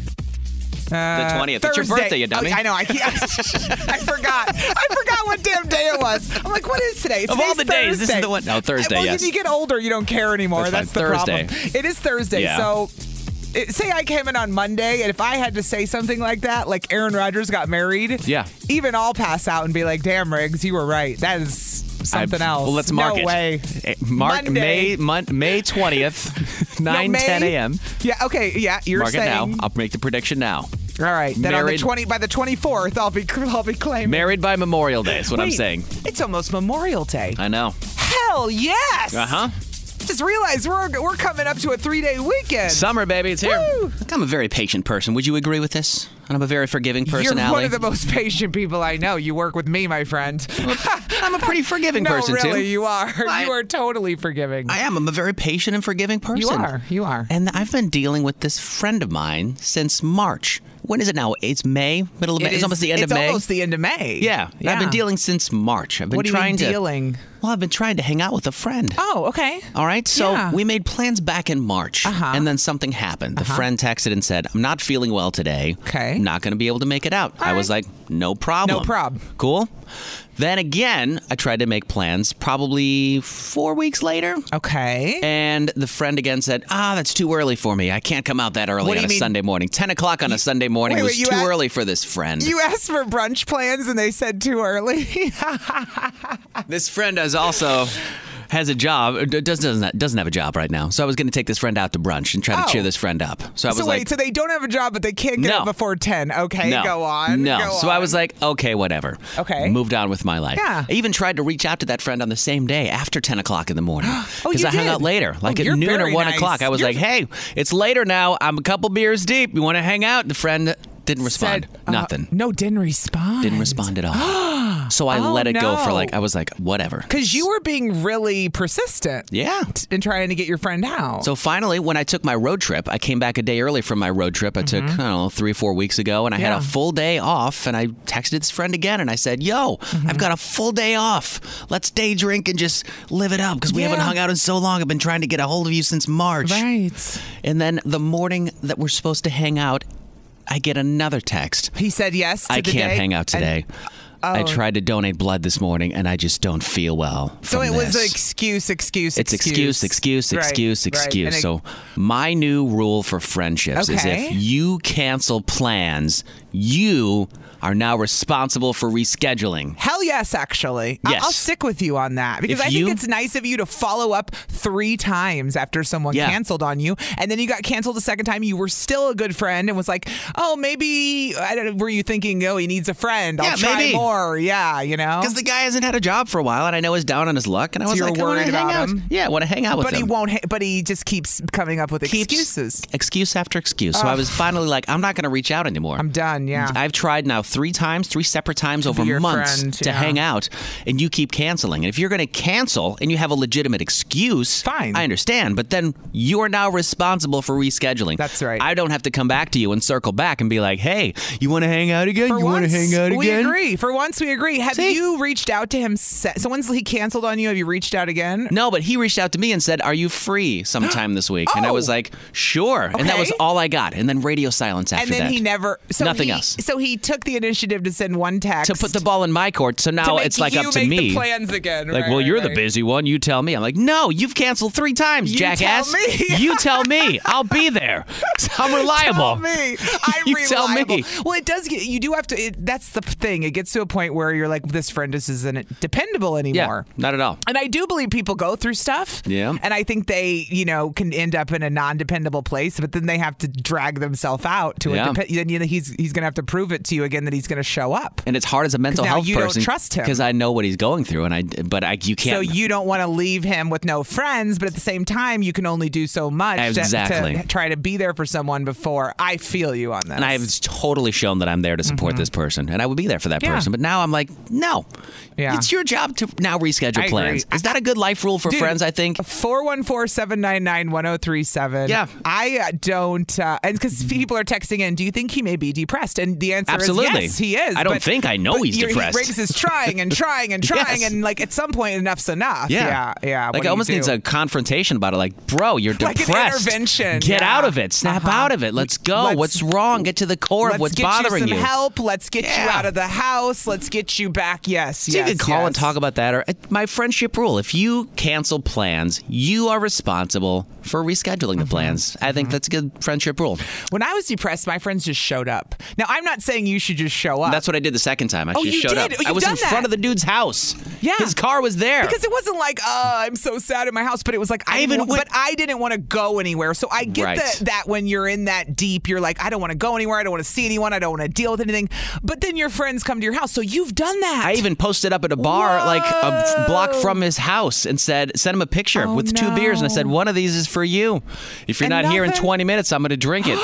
[SPEAKER 2] Uh,
[SPEAKER 3] 20th. It's your
[SPEAKER 2] Thursday.
[SPEAKER 3] birthday, you dummy.
[SPEAKER 2] Oh, I know. I, can't- I forgot. I forgot what damn day it was. I'm like, what is today?
[SPEAKER 3] Of all
[SPEAKER 2] Today's
[SPEAKER 3] the days, this is
[SPEAKER 2] Thursday.
[SPEAKER 3] the one- no, Thursday,
[SPEAKER 2] Well,
[SPEAKER 3] yes.
[SPEAKER 2] If you get older, you don't care anymore. That's,
[SPEAKER 3] That's
[SPEAKER 2] the
[SPEAKER 3] fine.
[SPEAKER 2] problem.
[SPEAKER 3] Thursday.
[SPEAKER 2] It is Thursday.
[SPEAKER 3] Yeah.
[SPEAKER 2] So. It, say I came in on Monday, and if I had to say something like that, like Aaron Rodgers got married,
[SPEAKER 3] Yeah.
[SPEAKER 2] even I'll pass out and be like, "Damn, Riggs, you were right. That is something
[SPEAKER 3] I-
[SPEAKER 2] else."
[SPEAKER 3] Well, let's mark
[SPEAKER 2] no
[SPEAKER 3] it.
[SPEAKER 2] way.
[SPEAKER 3] Eh, Mark
[SPEAKER 2] Monday.
[SPEAKER 3] May Mon- May twentieth, nine
[SPEAKER 2] No, May-
[SPEAKER 3] ten a.m.
[SPEAKER 2] Yeah. Okay. Yeah. You're
[SPEAKER 3] Mark
[SPEAKER 2] saying
[SPEAKER 3] it now. I'll make the prediction now.
[SPEAKER 2] All right. Then on the
[SPEAKER 3] Married-
[SPEAKER 2] twenty by the twenty fourth, I'll be I'll be claiming.
[SPEAKER 3] Married by Memorial Day is what I'm
[SPEAKER 2] Wait,
[SPEAKER 3] saying. Uh-huh.
[SPEAKER 2] It's almost Memorial Day.
[SPEAKER 3] I know.
[SPEAKER 2] Hell yes.
[SPEAKER 3] Uh huh.
[SPEAKER 2] Just realized we're we're coming up to a three day weekend.
[SPEAKER 3] Summer, baby, it's here.
[SPEAKER 2] Woo!
[SPEAKER 3] Look, I'm a very patient person. Would you agree with this? And I'm a very forgiving
[SPEAKER 2] You're
[SPEAKER 3] person,
[SPEAKER 2] one
[SPEAKER 3] Allie.
[SPEAKER 2] of the most patient people I know. You work with me, my friend.
[SPEAKER 3] I'm a pretty forgiving
[SPEAKER 2] no,
[SPEAKER 3] person
[SPEAKER 2] really,
[SPEAKER 3] too.
[SPEAKER 2] you are.
[SPEAKER 3] I-
[SPEAKER 2] you are totally forgiving.
[SPEAKER 3] I am. I'm a very patient and forgiving person.
[SPEAKER 2] you are. You are.
[SPEAKER 3] And I've been dealing with this friend of mine since March. When is it now? It's May, middle of May.
[SPEAKER 2] It
[SPEAKER 3] it's
[SPEAKER 2] is-
[SPEAKER 3] almost the end
[SPEAKER 2] it's
[SPEAKER 3] of May.
[SPEAKER 2] almost the end of May.
[SPEAKER 3] yeah. I've been dealing since March. I've been
[SPEAKER 2] What do you mean
[SPEAKER 3] trying to
[SPEAKER 2] dealing?
[SPEAKER 3] Well, I've been trying to hang out with a friend.
[SPEAKER 2] Oh, okay.
[SPEAKER 3] All right. So
[SPEAKER 2] Yeah.
[SPEAKER 3] we made plans back in March,
[SPEAKER 2] Uh-huh.
[SPEAKER 3] and then something happened. The friend texted and said, "I'm not feeling well today.
[SPEAKER 2] Okay.
[SPEAKER 3] I'm not going to be able to make it out." I was
[SPEAKER 2] right.
[SPEAKER 3] like, "No problem.
[SPEAKER 2] No prob.
[SPEAKER 3] Cool." Then again, I tried to make plans. Probably four weeks later.
[SPEAKER 2] Okay.
[SPEAKER 3] And the friend again said, "Ah, that's too early for me. I can't come out that early
[SPEAKER 2] What do
[SPEAKER 3] on
[SPEAKER 2] you
[SPEAKER 3] a
[SPEAKER 2] mean?
[SPEAKER 3] Sunday morning. Ten o'clock on a Sunday morning
[SPEAKER 2] wait,
[SPEAKER 3] was
[SPEAKER 2] wait, you
[SPEAKER 3] too
[SPEAKER 2] a-
[SPEAKER 3] early for this friend.
[SPEAKER 2] you asked for brunch plans and they said too early.
[SPEAKER 3] This friend is also has a job. uh, Does doesn't doesn't have a job right now. So I was going to take this friend out to brunch and try to
[SPEAKER 2] Oh.
[SPEAKER 3] cheer this friend up. So I was
[SPEAKER 2] so
[SPEAKER 3] like,
[SPEAKER 2] wait, so they don't have a job, but they can't get
[SPEAKER 3] No.
[SPEAKER 2] up before ten. Okay,
[SPEAKER 3] no,
[SPEAKER 2] go on.
[SPEAKER 3] no.
[SPEAKER 2] go
[SPEAKER 3] so I
[SPEAKER 2] on.
[SPEAKER 3] was like, okay, whatever.
[SPEAKER 2] Okay.
[SPEAKER 3] Moved on with my life.
[SPEAKER 2] Yeah.
[SPEAKER 3] I even tried to reach out to that friend on the same day after ten o'clock in the morning because
[SPEAKER 2] Oh, you
[SPEAKER 3] I hung
[SPEAKER 2] did?
[SPEAKER 3] out later, like
[SPEAKER 2] Oh,
[SPEAKER 3] at
[SPEAKER 2] you're
[SPEAKER 3] noon or
[SPEAKER 2] very
[SPEAKER 3] one
[SPEAKER 2] nice.
[SPEAKER 3] o'clock. I was
[SPEAKER 2] You're-
[SPEAKER 3] like, hey, it's later now. I'm a couple beers deep. You want to hang out? The friend didn't respond.
[SPEAKER 2] Said, uh,
[SPEAKER 3] Nothing.
[SPEAKER 2] No, didn't respond.
[SPEAKER 3] Didn't respond at all. so I
[SPEAKER 2] Oh,
[SPEAKER 3] let it go for
[SPEAKER 2] no.
[SPEAKER 3] like I was like, whatever.
[SPEAKER 2] Because you were being really persistent
[SPEAKER 3] Yeah.
[SPEAKER 2] in trying to get your friend out.
[SPEAKER 3] So finally, when I took my road trip, I came back a day early from my road trip. I took, I don't know, three, four weeks ago, and I
[SPEAKER 2] Mm-hmm. Yeah.
[SPEAKER 3] had a full day off. And I texted this friend again and I said, Yo,
[SPEAKER 2] Mm-hmm.
[SPEAKER 3] I've got a full day off. Let's day drink and just live it up because we haven't
[SPEAKER 2] Yeah.
[SPEAKER 3] hung out in so long. I've been trying to get a hold of you since March.
[SPEAKER 2] right.
[SPEAKER 3] And then the morning that we're supposed to hang out, I get another text.
[SPEAKER 2] He said yes. To
[SPEAKER 3] I
[SPEAKER 2] the
[SPEAKER 3] can't
[SPEAKER 2] day,
[SPEAKER 3] hang out
[SPEAKER 2] and- Oh.
[SPEAKER 3] today. I tried to donate blood this morning and I just don't feel well.
[SPEAKER 2] so
[SPEAKER 3] from
[SPEAKER 2] it was
[SPEAKER 3] this.
[SPEAKER 2] excuse, excuse,
[SPEAKER 3] It's excuse, excuse,
[SPEAKER 2] Right,
[SPEAKER 3] excuse,
[SPEAKER 2] right.
[SPEAKER 3] excuse.
[SPEAKER 2] And it-
[SPEAKER 3] So my new rule for friendships is
[SPEAKER 2] Okay.
[SPEAKER 3] if you cancel plans, you are now responsible for rescheduling.
[SPEAKER 2] Hell yes, actually. I-
[SPEAKER 3] Yes.
[SPEAKER 2] I'll stick with you on that because
[SPEAKER 3] If
[SPEAKER 2] I think
[SPEAKER 3] you-
[SPEAKER 2] it's nice of you to follow up three times after someone
[SPEAKER 3] Yeah.
[SPEAKER 2] canceled on you, and then you got canceled a second time. You were still a good friend and was like, "Oh, maybe I don't." know, Were you thinking, "Oh, he needs a friend. I'll
[SPEAKER 3] Yeah,
[SPEAKER 2] try
[SPEAKER 3] maybe.
[SPEAKER 2] more." Yeah, you know.
[SPEAKER 3] Because the guy hasn't had a job for a while, and I know he's down on his luck, and I was
[SPEAKER 2] Oh. you're
[SPEAKER 3] like, I wanna
[SPEAKER 2] worried
[SPEAKER 3] hang
[SPEAKER 2] about
[SPEAKER 3] out.
[SPEAKER 2] him.
[SPEAKER 3] Yeah, I want to hang out with
[SPEAKER 2] but
[SPEAKER 3] him.
[SPEAKER 2] he won't. Ha- but he just keeps coming up with
[SPEAKER 3] Keeps-
[SPEAKER 2] excuses.
[SPEAKER 3] excuse after excuse. So I was finally like, I'm not going to reach out anymore.
[SPEAKER 2] I'm done. Yeah.
[SPEAKER 3] I've tried now three times, three separate times over
[SPEAKER 2] your
[SPEAKER 3] months
[SPEAKER 2] friend,
[SPEAKER 3] to
[SPEAKER 2] yeah.
[SPEAKER 3] hang out, and you keep canceling. And if you're going to cancel and you have a legitimate excuse,
[SPEAKER 2] Fine.
[SPEAKER 3] I understand. But then you are now responsible for rescheduling.
[SPEAKER 2] That's right.
[SPEAKER 3] I don't have to come back to you and circle back and be like, hey, you want to hang out again?
[SPEAKER 2] For
[SPEAKER 3] you want
[SPEAKER 2] once,
[SPEAKER 3] to hang out again?
[SPEAKER 2] we agree. For once, we agree. Have
[SPEAKER 3] See?
[SPEAKER 2] you reached out to him? Se- so once he canceled on you, have you reached out again?
[SPEAKER 3] No, but he reached out to me and said, "Are you free sometime this week?" And I
[SPEAKER 2] Oh.
[SPEAKER 3] was like, "Sure." And that was
[SPEAKER 2] Okay.
[SPEAKER 3] all I got. And then radio silence after
[SPEAKER 2] And then
[SPEAKER 3] that.
[SPEAKER 2] he never. So
[SPEAKER 3] Nothing
[SPEAKER 2] he-
[SPEAKER 3] else.
[SPEAKER 2] So he took the initiative to send one text
[SPEAKER 3] to put the ball in my court. So now
[SPEAKER 2] make
[SPEAKER 3] it's like
[SPEAKER 2] you
[SPEAKER 3] up to
[SPEAKER 2] make
[SPEAKER 3] me.
[SPEAKER 2] The plans again.
[SPEAKER 3] Like,
[SPEAKER 2] Right,
[SPEAKER 3] well,
[SPEAKER 2] right,
[SPEAKER 3] you're the
[SPEAKER 2] right.
[SPEAKER 3] busy one. You tell me. I'm like, no, you've canceled three times,
[SPEAKER 2] You tell
[SPEAKER 3] jackass.
[SPEAKER 2] me.
[SPEAKER 3] you tell me. I'll be there. I'm reliable.
[SPEAKER 2] Tell me. I'm
[SPEAKER 3] You tell me.
[SPEAKER 2] reliable. Well, it does get. You do have to. It, that's the thing. It gets to a point where you're like, this friend just isn't dependable
[SPEAKER 3] Yeah,
[SPEAKER 2] anymore.
[SPEAKER 3] not at all.
[SPEAKER 2] And I do believe people go through stuff.
[SPEAKER 3] Yeah.
[SPEAKER 2] And I think they, you know, can end up in a non-dependable place, but then they have to drag themself out to
[SPEAKER 3] Yeah.
[SPEAKER 2] a depend. Then you know, he's he's going going to have to prove it to you again that he's going to show up.
[SPEAKER 3] And it's hard as a mental
[SPEAKER 2] 'Cause now
[SPEAKER 3] health
[SPEAKER 2] you don't
[SPEAKER 3] person
[SPEAKER 2] trust him.
[SPEAKER 3] because I know what he's going through, and I but I you can't.
[SPEAKER 2] So you don't want to leave him with no friends, but at the same time, you can only do so much to-
[SPEAKER 3] Exactly.
[SPEAKER 2] to, try to be there for someone before. I feel you on this.
[SPEAKER 3] and I have totally shown that I'm there to support this person, and I would be there for that
[SPEAKER 2] Mm-hmm. Yeah.
[SPEAKER 3] person. But now I'm like, no,
[SPEAKER 2] Yeah.
[SPEAKER 3] it's your job to now reschedule
[SPEAKER 2] I
[SPEAKER 3] plans.
[SPEAKER 2] agree.
[SPEAKER 3] Is that a good life rule for
[SPEAKER 2] Dude,
[SPEAKER 3] friends? I think.
[SPEAKER 2] 414 799 1037.
[SPEAKER 3] Yeah.
[SPEAKER 2] I uh, don't, uh, and because people are texting in, do you think he may be depressed? And the answer
[SPEAKER 3] Absolutely.
[SPEAKER 2] is yes, he is.
[SPEAKER 3] I don't
[SPEAKER 2] but-
[SPEAKER 3] think I know
[SPEAKER 2] but
[SPEAKER 3] he's
[SPEAKER 2] you're-
[SPEAKER 3] depressed.
[SPEAKER 2] He Riggs is trying and trying and trying,
[SPEAKER 3] Yes.
[SPEAKER 2] and like at some point, enough's enough. Yeah. Yeah. What
[SPEAKER 3] Like
[SPEAKER 2] do
[SPEAKER 3] it
[SPEAKER 2] you
[SPEAKER 3] almost
[SPEAKER 2] do?
[SPEAKER 3] needs a confrontation about it. Like, bro, you're
[SPEAKER 2] Like an
[SPEAKER 3] depressed.
[SPEAKER 2] intervention,
[SPEAKER 3] Get
[SPEAKER 2] yeah.
[SPEAKER 3] out of it. Snap
[SPEAKER 2] Uh-huh.
[SPEAKER 3] out of it. Let's go.
[SPEAKER 2] Let's-
[SPEAKER 3] what's wrong? Get to the core
[SPEAKER 2] Let's
[SPEAKER 3] of what's
[SPEAKER 2] get
[SPEAKER 3] bothering
[SPEAKER 2] you some
[SPEAKER 3] you.
[SPEAKER 2] help. Let's get you
[SPEAKER 3] Yeah.
[SPEAKER 2] out of the house. Let's get you back. Yes,
[SPEAKER 3] So
[SPEAKER 2] yes,
[SPEAKER 3] you could call and
[SPEAKER 2] yes.
[SPEAKER 3] talk about that. Or uh, my friendship rule: if you cancel plans, you are responsible for rescheduling
[SPEAKER 2] Mm-hmm.
[SPEAKER 3] the plans. I think that's a good friendship rule.
[SPEAKER 2] When I was depressed, my friends just showed up. Now I'm not saying you should just show up.
[SPEAKER 3] That's what I did the second time. I
[SPEAKER 2] Uh, Oh,
[SPEAKER 3] just
[SPEAKER 2] you
[SPEAKER 3] showed
[SPEAKER 2] did?
[SPEAKER 3] up.
[SPEAKER 2] You've
[SPEAKER 3] I was in
[SPEAKER 2] done that.
[SPEAKER 3] front of the dude's house.
[SPEAKER 2] Yeah.
[SPEAKER 3] his car was there.
[SPEAKER 2] because it wasn't like uh, I'm so sad in my house, but it was like I,
[SPEAKER 3] I even
[SPEAKER 2] wa-
[SPEAKER 3] went-
[SPEAKER 2] but I didn't want to go anywhere. So I get
[SPEAKER 3] Right.
[SPEAKER 2] that that when you're in that deep, you're like I don't want to go anywhere. I don't want to see anyone. I don't want to deal with anything. But then your friends come to your house, so you've done that.
[SPEAKER 3] I even posted up at a bar like a f- block
[SPEAKER 2] Whoa.
[SPEAKER 3] from his house and said, sent him a picture
[SPEAKER 2] Oh,
[SPEAKER 3] with two beers. And I said,
[SPEAKER 2] no.
[SPEAKER 3] one of these is for you. If you're
[SPEAKER 2] And
[SPEAKER 3] not here in
[SPEAKER 2] nothing?
[SPEAKER 3] 20 minutes, I'm going to drink it.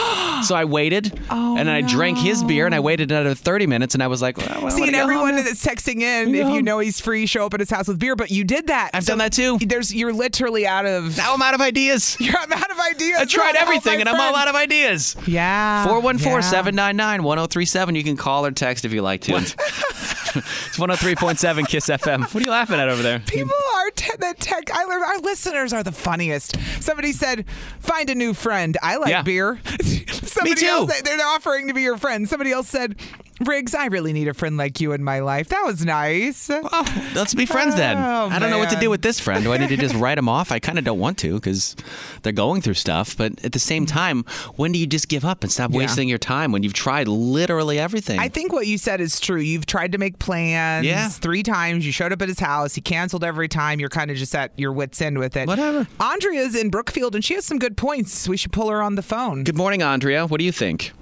[SPEAKER 3] so I waited
[SPEAKER 2] Oh,
[SPEAKER 3] and I drank his beer and I waited another 30 minutes and I was like, well, I
[SPEAKER 2] See,
[SPEAKER 3] wanna
[SPEAKER 2] and
[SPEAKER 3] go home
[SPEAKER 2] everyone
[SPEAKER 3] now.
[SPEAKER 2] that's texting in, if you know he's free, show up at his house with beer. But you did that.
[SPEAKER 3] I've done that too.
[SPEAKER 2] There's you're literally out of
[SPEAKER 3] Now I'm out of ideas.
[SPEAKER 2] You're I'm out of ideas.
[SPEAKER 3] I
[SPEAKER 2] Help
[SPEAKER 3] tried
[SPEAKER 2] my
[SPEAKER 3] everything and I'm all
[SPEAKER 2] friend.
[SPEAKER 3] out of ideas.
[SPEAKER 2] Yeah.
[SPEAKER 3] 414
[SPEAKER 2] yeah.
[SPEAKER 3] 799 1037. You can call or text if you like to. it's 103.7 Kiss FM. What are you laughing at over there?
[SPEAKER 2] People are te- the tech. I learn our listeners are the funniest. Somebody said, "Find a new friend." I like
[SPEAKER 3] Yeah.
[SPEAKER 2] beer. Somebody
[SPEAKER 3] too.
[SPEAKER 2] Else, they- they're offering to be your friend. Somebody else said, "Riggs, I really need a friend like you in my life." That was nice.
[SPEAKER 3] Oh, let's be friends then.
[SPEAKER 2] Oh,
[SPEAKER 3] I don't know what to
[SPEAKER 2] man.
[SPEAKER 3] do with this friend. Do I need to just write them off? I kind of don't want to because they're going through stuff. But at the same time, when do you just give up and stop wasting your time when you've tried literally everything?
[SPEAKER 2] I think what you said is true. You've tried to make plans
[SPEAKER 3] Yeah.
[SPEAKER 2] three times. You showed up at his house. He canceled every time. You're kind of just at your wits' end with it.
[SPEAKER 3] Whatever.
[SPEAKER 2] Andrea's in Brookfield, and she has some good points. We should pull her on the phone.
[SPEAKER 3] Good morning, Andrea. What do you think?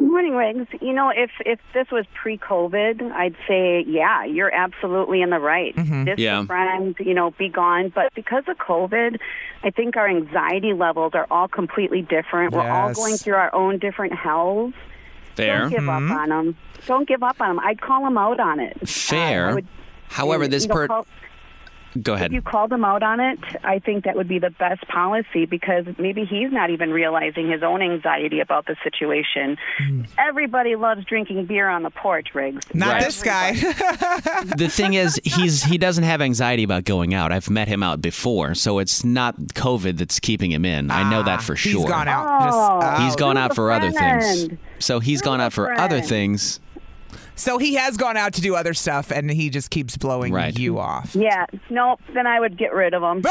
[SPEAKER 5] Morning, Riggs. You know, if if this was pre-COVID, I'd say, yeah, you're absolutely in the right. This
[SPEAKER 3] Mm-hmm. Yeah.
[SPEAKER 5] friend, you know, be gone. But because of COVID, I think our anxiety levels are all completely different. We're all
[SPEAKER 2] Yes.
[SPEAKER 5] going through our own different hells.
[SPEAKER 3] Fair. Mm-hmm.
[SPEAKER 5] Don't give up on them. Don't give up on them. I'd call them out on it. Uh, I
[SPEAKER 3] Fair.
[SPEAKER 5] would-
[SPEAKER 3] However,
[SPEAKER 5] you
[SPEAKER 3] this
[SPEAKER 5] know,
[SPEAKER 3] per.
[SPEAKER 5] call-
[SPEAKER 3] Go
[SPEAKER 5] if
[SPEAKER 3] ahead.
[SPEAKER 5] you called him out on it, I think that would be the best policy because maybe he's not even realizing his own anxiety about the situation.
[SPEAKER 3] Mm.
[SPEAKER 5] Everybody loves drinking beer on the porch, Riggs.
[SPEAKER 2] Not
[SPEAKER 3] Right.
[SPEAKER 2] this guy.
[SPEAKER 3] the thing is, he's he doesn't have anxiety about going out. I've met him out before, so it's not COVID that's keeping him in. I know that for
[SPEAKER 2] Ah,
[SPEAKER 3] sure.
[SPEAKER 2] He's gone out. Just uh,
[SPEAKER 5] Oh.
[SPEAKER 2] out.
[SPEAKER 3] He's gone out
[SPEAKER 5] a
[SPEAKER 3] for other things.
[SPEAKER 5] friend.
[SPEAKER 3] So he's gone
[SPEAKER 5] a
[SPEAKER 3] out for other
[SPEAKER 5] friend.
[SPEAKER 3] things.
[SPEAKER 2] So he has gone out to do other stuff, and he just keeps blowing
[SPEAKER 3] Right.
[SPEAKER 2] you off.
[SPEAKER 5] Yeah, nope. Then I would get rid of him.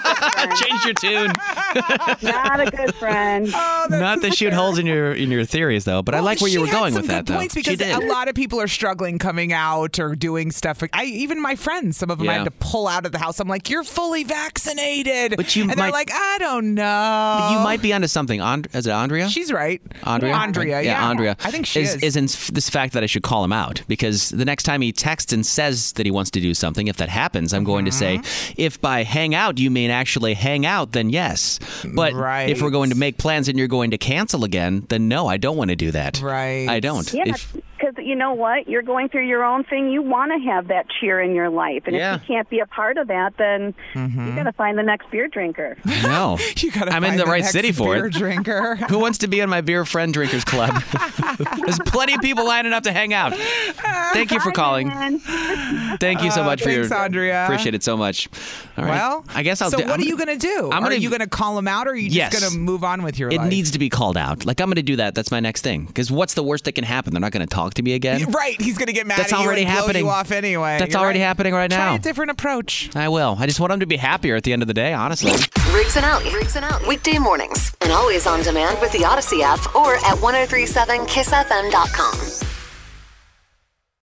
[SPEAKER 3] Change your tune.
[SPEAKER 5] not a good friend.
[SPEAKER 3] Not to shoot holes in your in your theories though, but I like where
[SPEAKER 2] Oh, She
[SPEAKER 3] you were
[SPEAKER 2] had
[SPEAKER 3] going
[SPEAKER 2] some
[SPEAKER 3] with
[SPEAKER 2] good
[SPEAKER 3] that though.
[SPEAKER 2] Points because
[SPEAKER 3] she did.
[SPEAKER 2] a lot of people are struggling coming out or doing stuff. I even my friends, some of them I
[SPEAKER 3] Yeah.
[SPEAKER 2] had to pull out of the house. I'm like, you're fully vaccinated,
[SPEAKER 3] But you
[SPEAKER 2] and they're
[SPEAKER 3] might-
[SPEAKER 2] like, I don't know.
[SPEAKER 3] you might be onto something. And- is it Andrea?
[SPEAKER 2] She's right.
[SPEAKER 3] Andrea?
[SPEAKER 2] Andrea. Yeah.
[SPEAKER 3] Andrea.
[SPEAKER 2] I think she is.
[SPEAKER 3] is in f- this fact that I should call him out because the next time he texts and says that he wants to do something, if that happens, I'm going to
[SPEAKER 2] Mm-hmm.
[SPEAKER 3] say, if by hang out you mean actually hang out, then yes. But
[SPEAKER 2] Right.
[SPEAKER 3] if we're going to make plans and you're going to cancel again, then no, I don't want to do that.
[SPEAKER 2] Right.
[SPEAKER 3] I don't.
[SPEAKER 5] Yeah,
[SPEAKER 3] If-
[SPEAKER 5] because you know what? You're going through your own thing. You want to have that cheer in your life, and
[SPEAKER 3] Yeah. Mm-hmm.
[SPEAKER 5] if you can't be a part of that, then you got to find the next beer drinker.
[SPEAKER 3] no.
[SPEAKER 2] You gotta
[SPEAKER 3] I'm in
[SPEAKER 2] find
[SPEAKER 3] the right
[SPEAKER 2] next
[SPEAKER 3] city for
[SPEAKER 2] beer
[SPEAKER 3] it.
[SPEAKER 2] Drinker.
[SPEAKER 3] Who wants to be in my beer friend drinkers club? There's plenty of people lining up to hang out. Thank you for calling.
[SPEAKER 5] And
[SPEAKER 3] Thank you so much for
[SPEAKER 2] Uh, thanks,
[SPEAKER 3] your
[SPEAKER 2] Andrea.
[SPEAKER 3] Appreciate it so much. All right.
[SPEAKER 2] Well,
[SPEAKER 3] I guess I'll
[SPEAKER 2] So
[SPEAKER 3] do
[SPEAKER 2] what
[SPEAKER 3] I'm
[SPEAKER 2] are you
[SPEAKER 3] gonna-
[SPEAKER 2] gonna do?
[SPEAKER 3] I'm
[SPEAKER 2] are
[SPEAKER 3] gonna-
[SPEAKER 2] you gonna call him out, or are you
[SPEAKER 3] Yes.
[SPEAKER 2] just gonna move on with your
[SPEAKER 3] It
[SPEAKER 2] life?
[SPEAKER 3] needs to be called out. Like I'm going to do that. That's my next thing. Because what's the worst that can happen? They're not going to talk to me again.
[SPEAKER 2] Right, he's gonna get mad
[SPEAKER 3] That's
[SPEAKER 2] at you
[SPEAKER 3] already
[SPEAKER 2] and
[SPEAKER 3] happening.
[SPEAKER 2] blow you off anyway.
[SPEAKER 3] That's
[SPEAKER 2] You're
[SPEAKER 3] already
[SPEAKER 2] right.
[SPEAKER 3] happening right
[SPEAKER 2] Try
[SPEAKER 3] now.
[SPEAKER 2] a different approach.
[SPEAKER 3] I will. I just want them to be happier at the end of the day. Honestly.
[SPEAKER 1] Riggs and Out. Riggs and Out. Weekday oh mornings and always on demand with the Odyssey app or at 1037kissfm.com.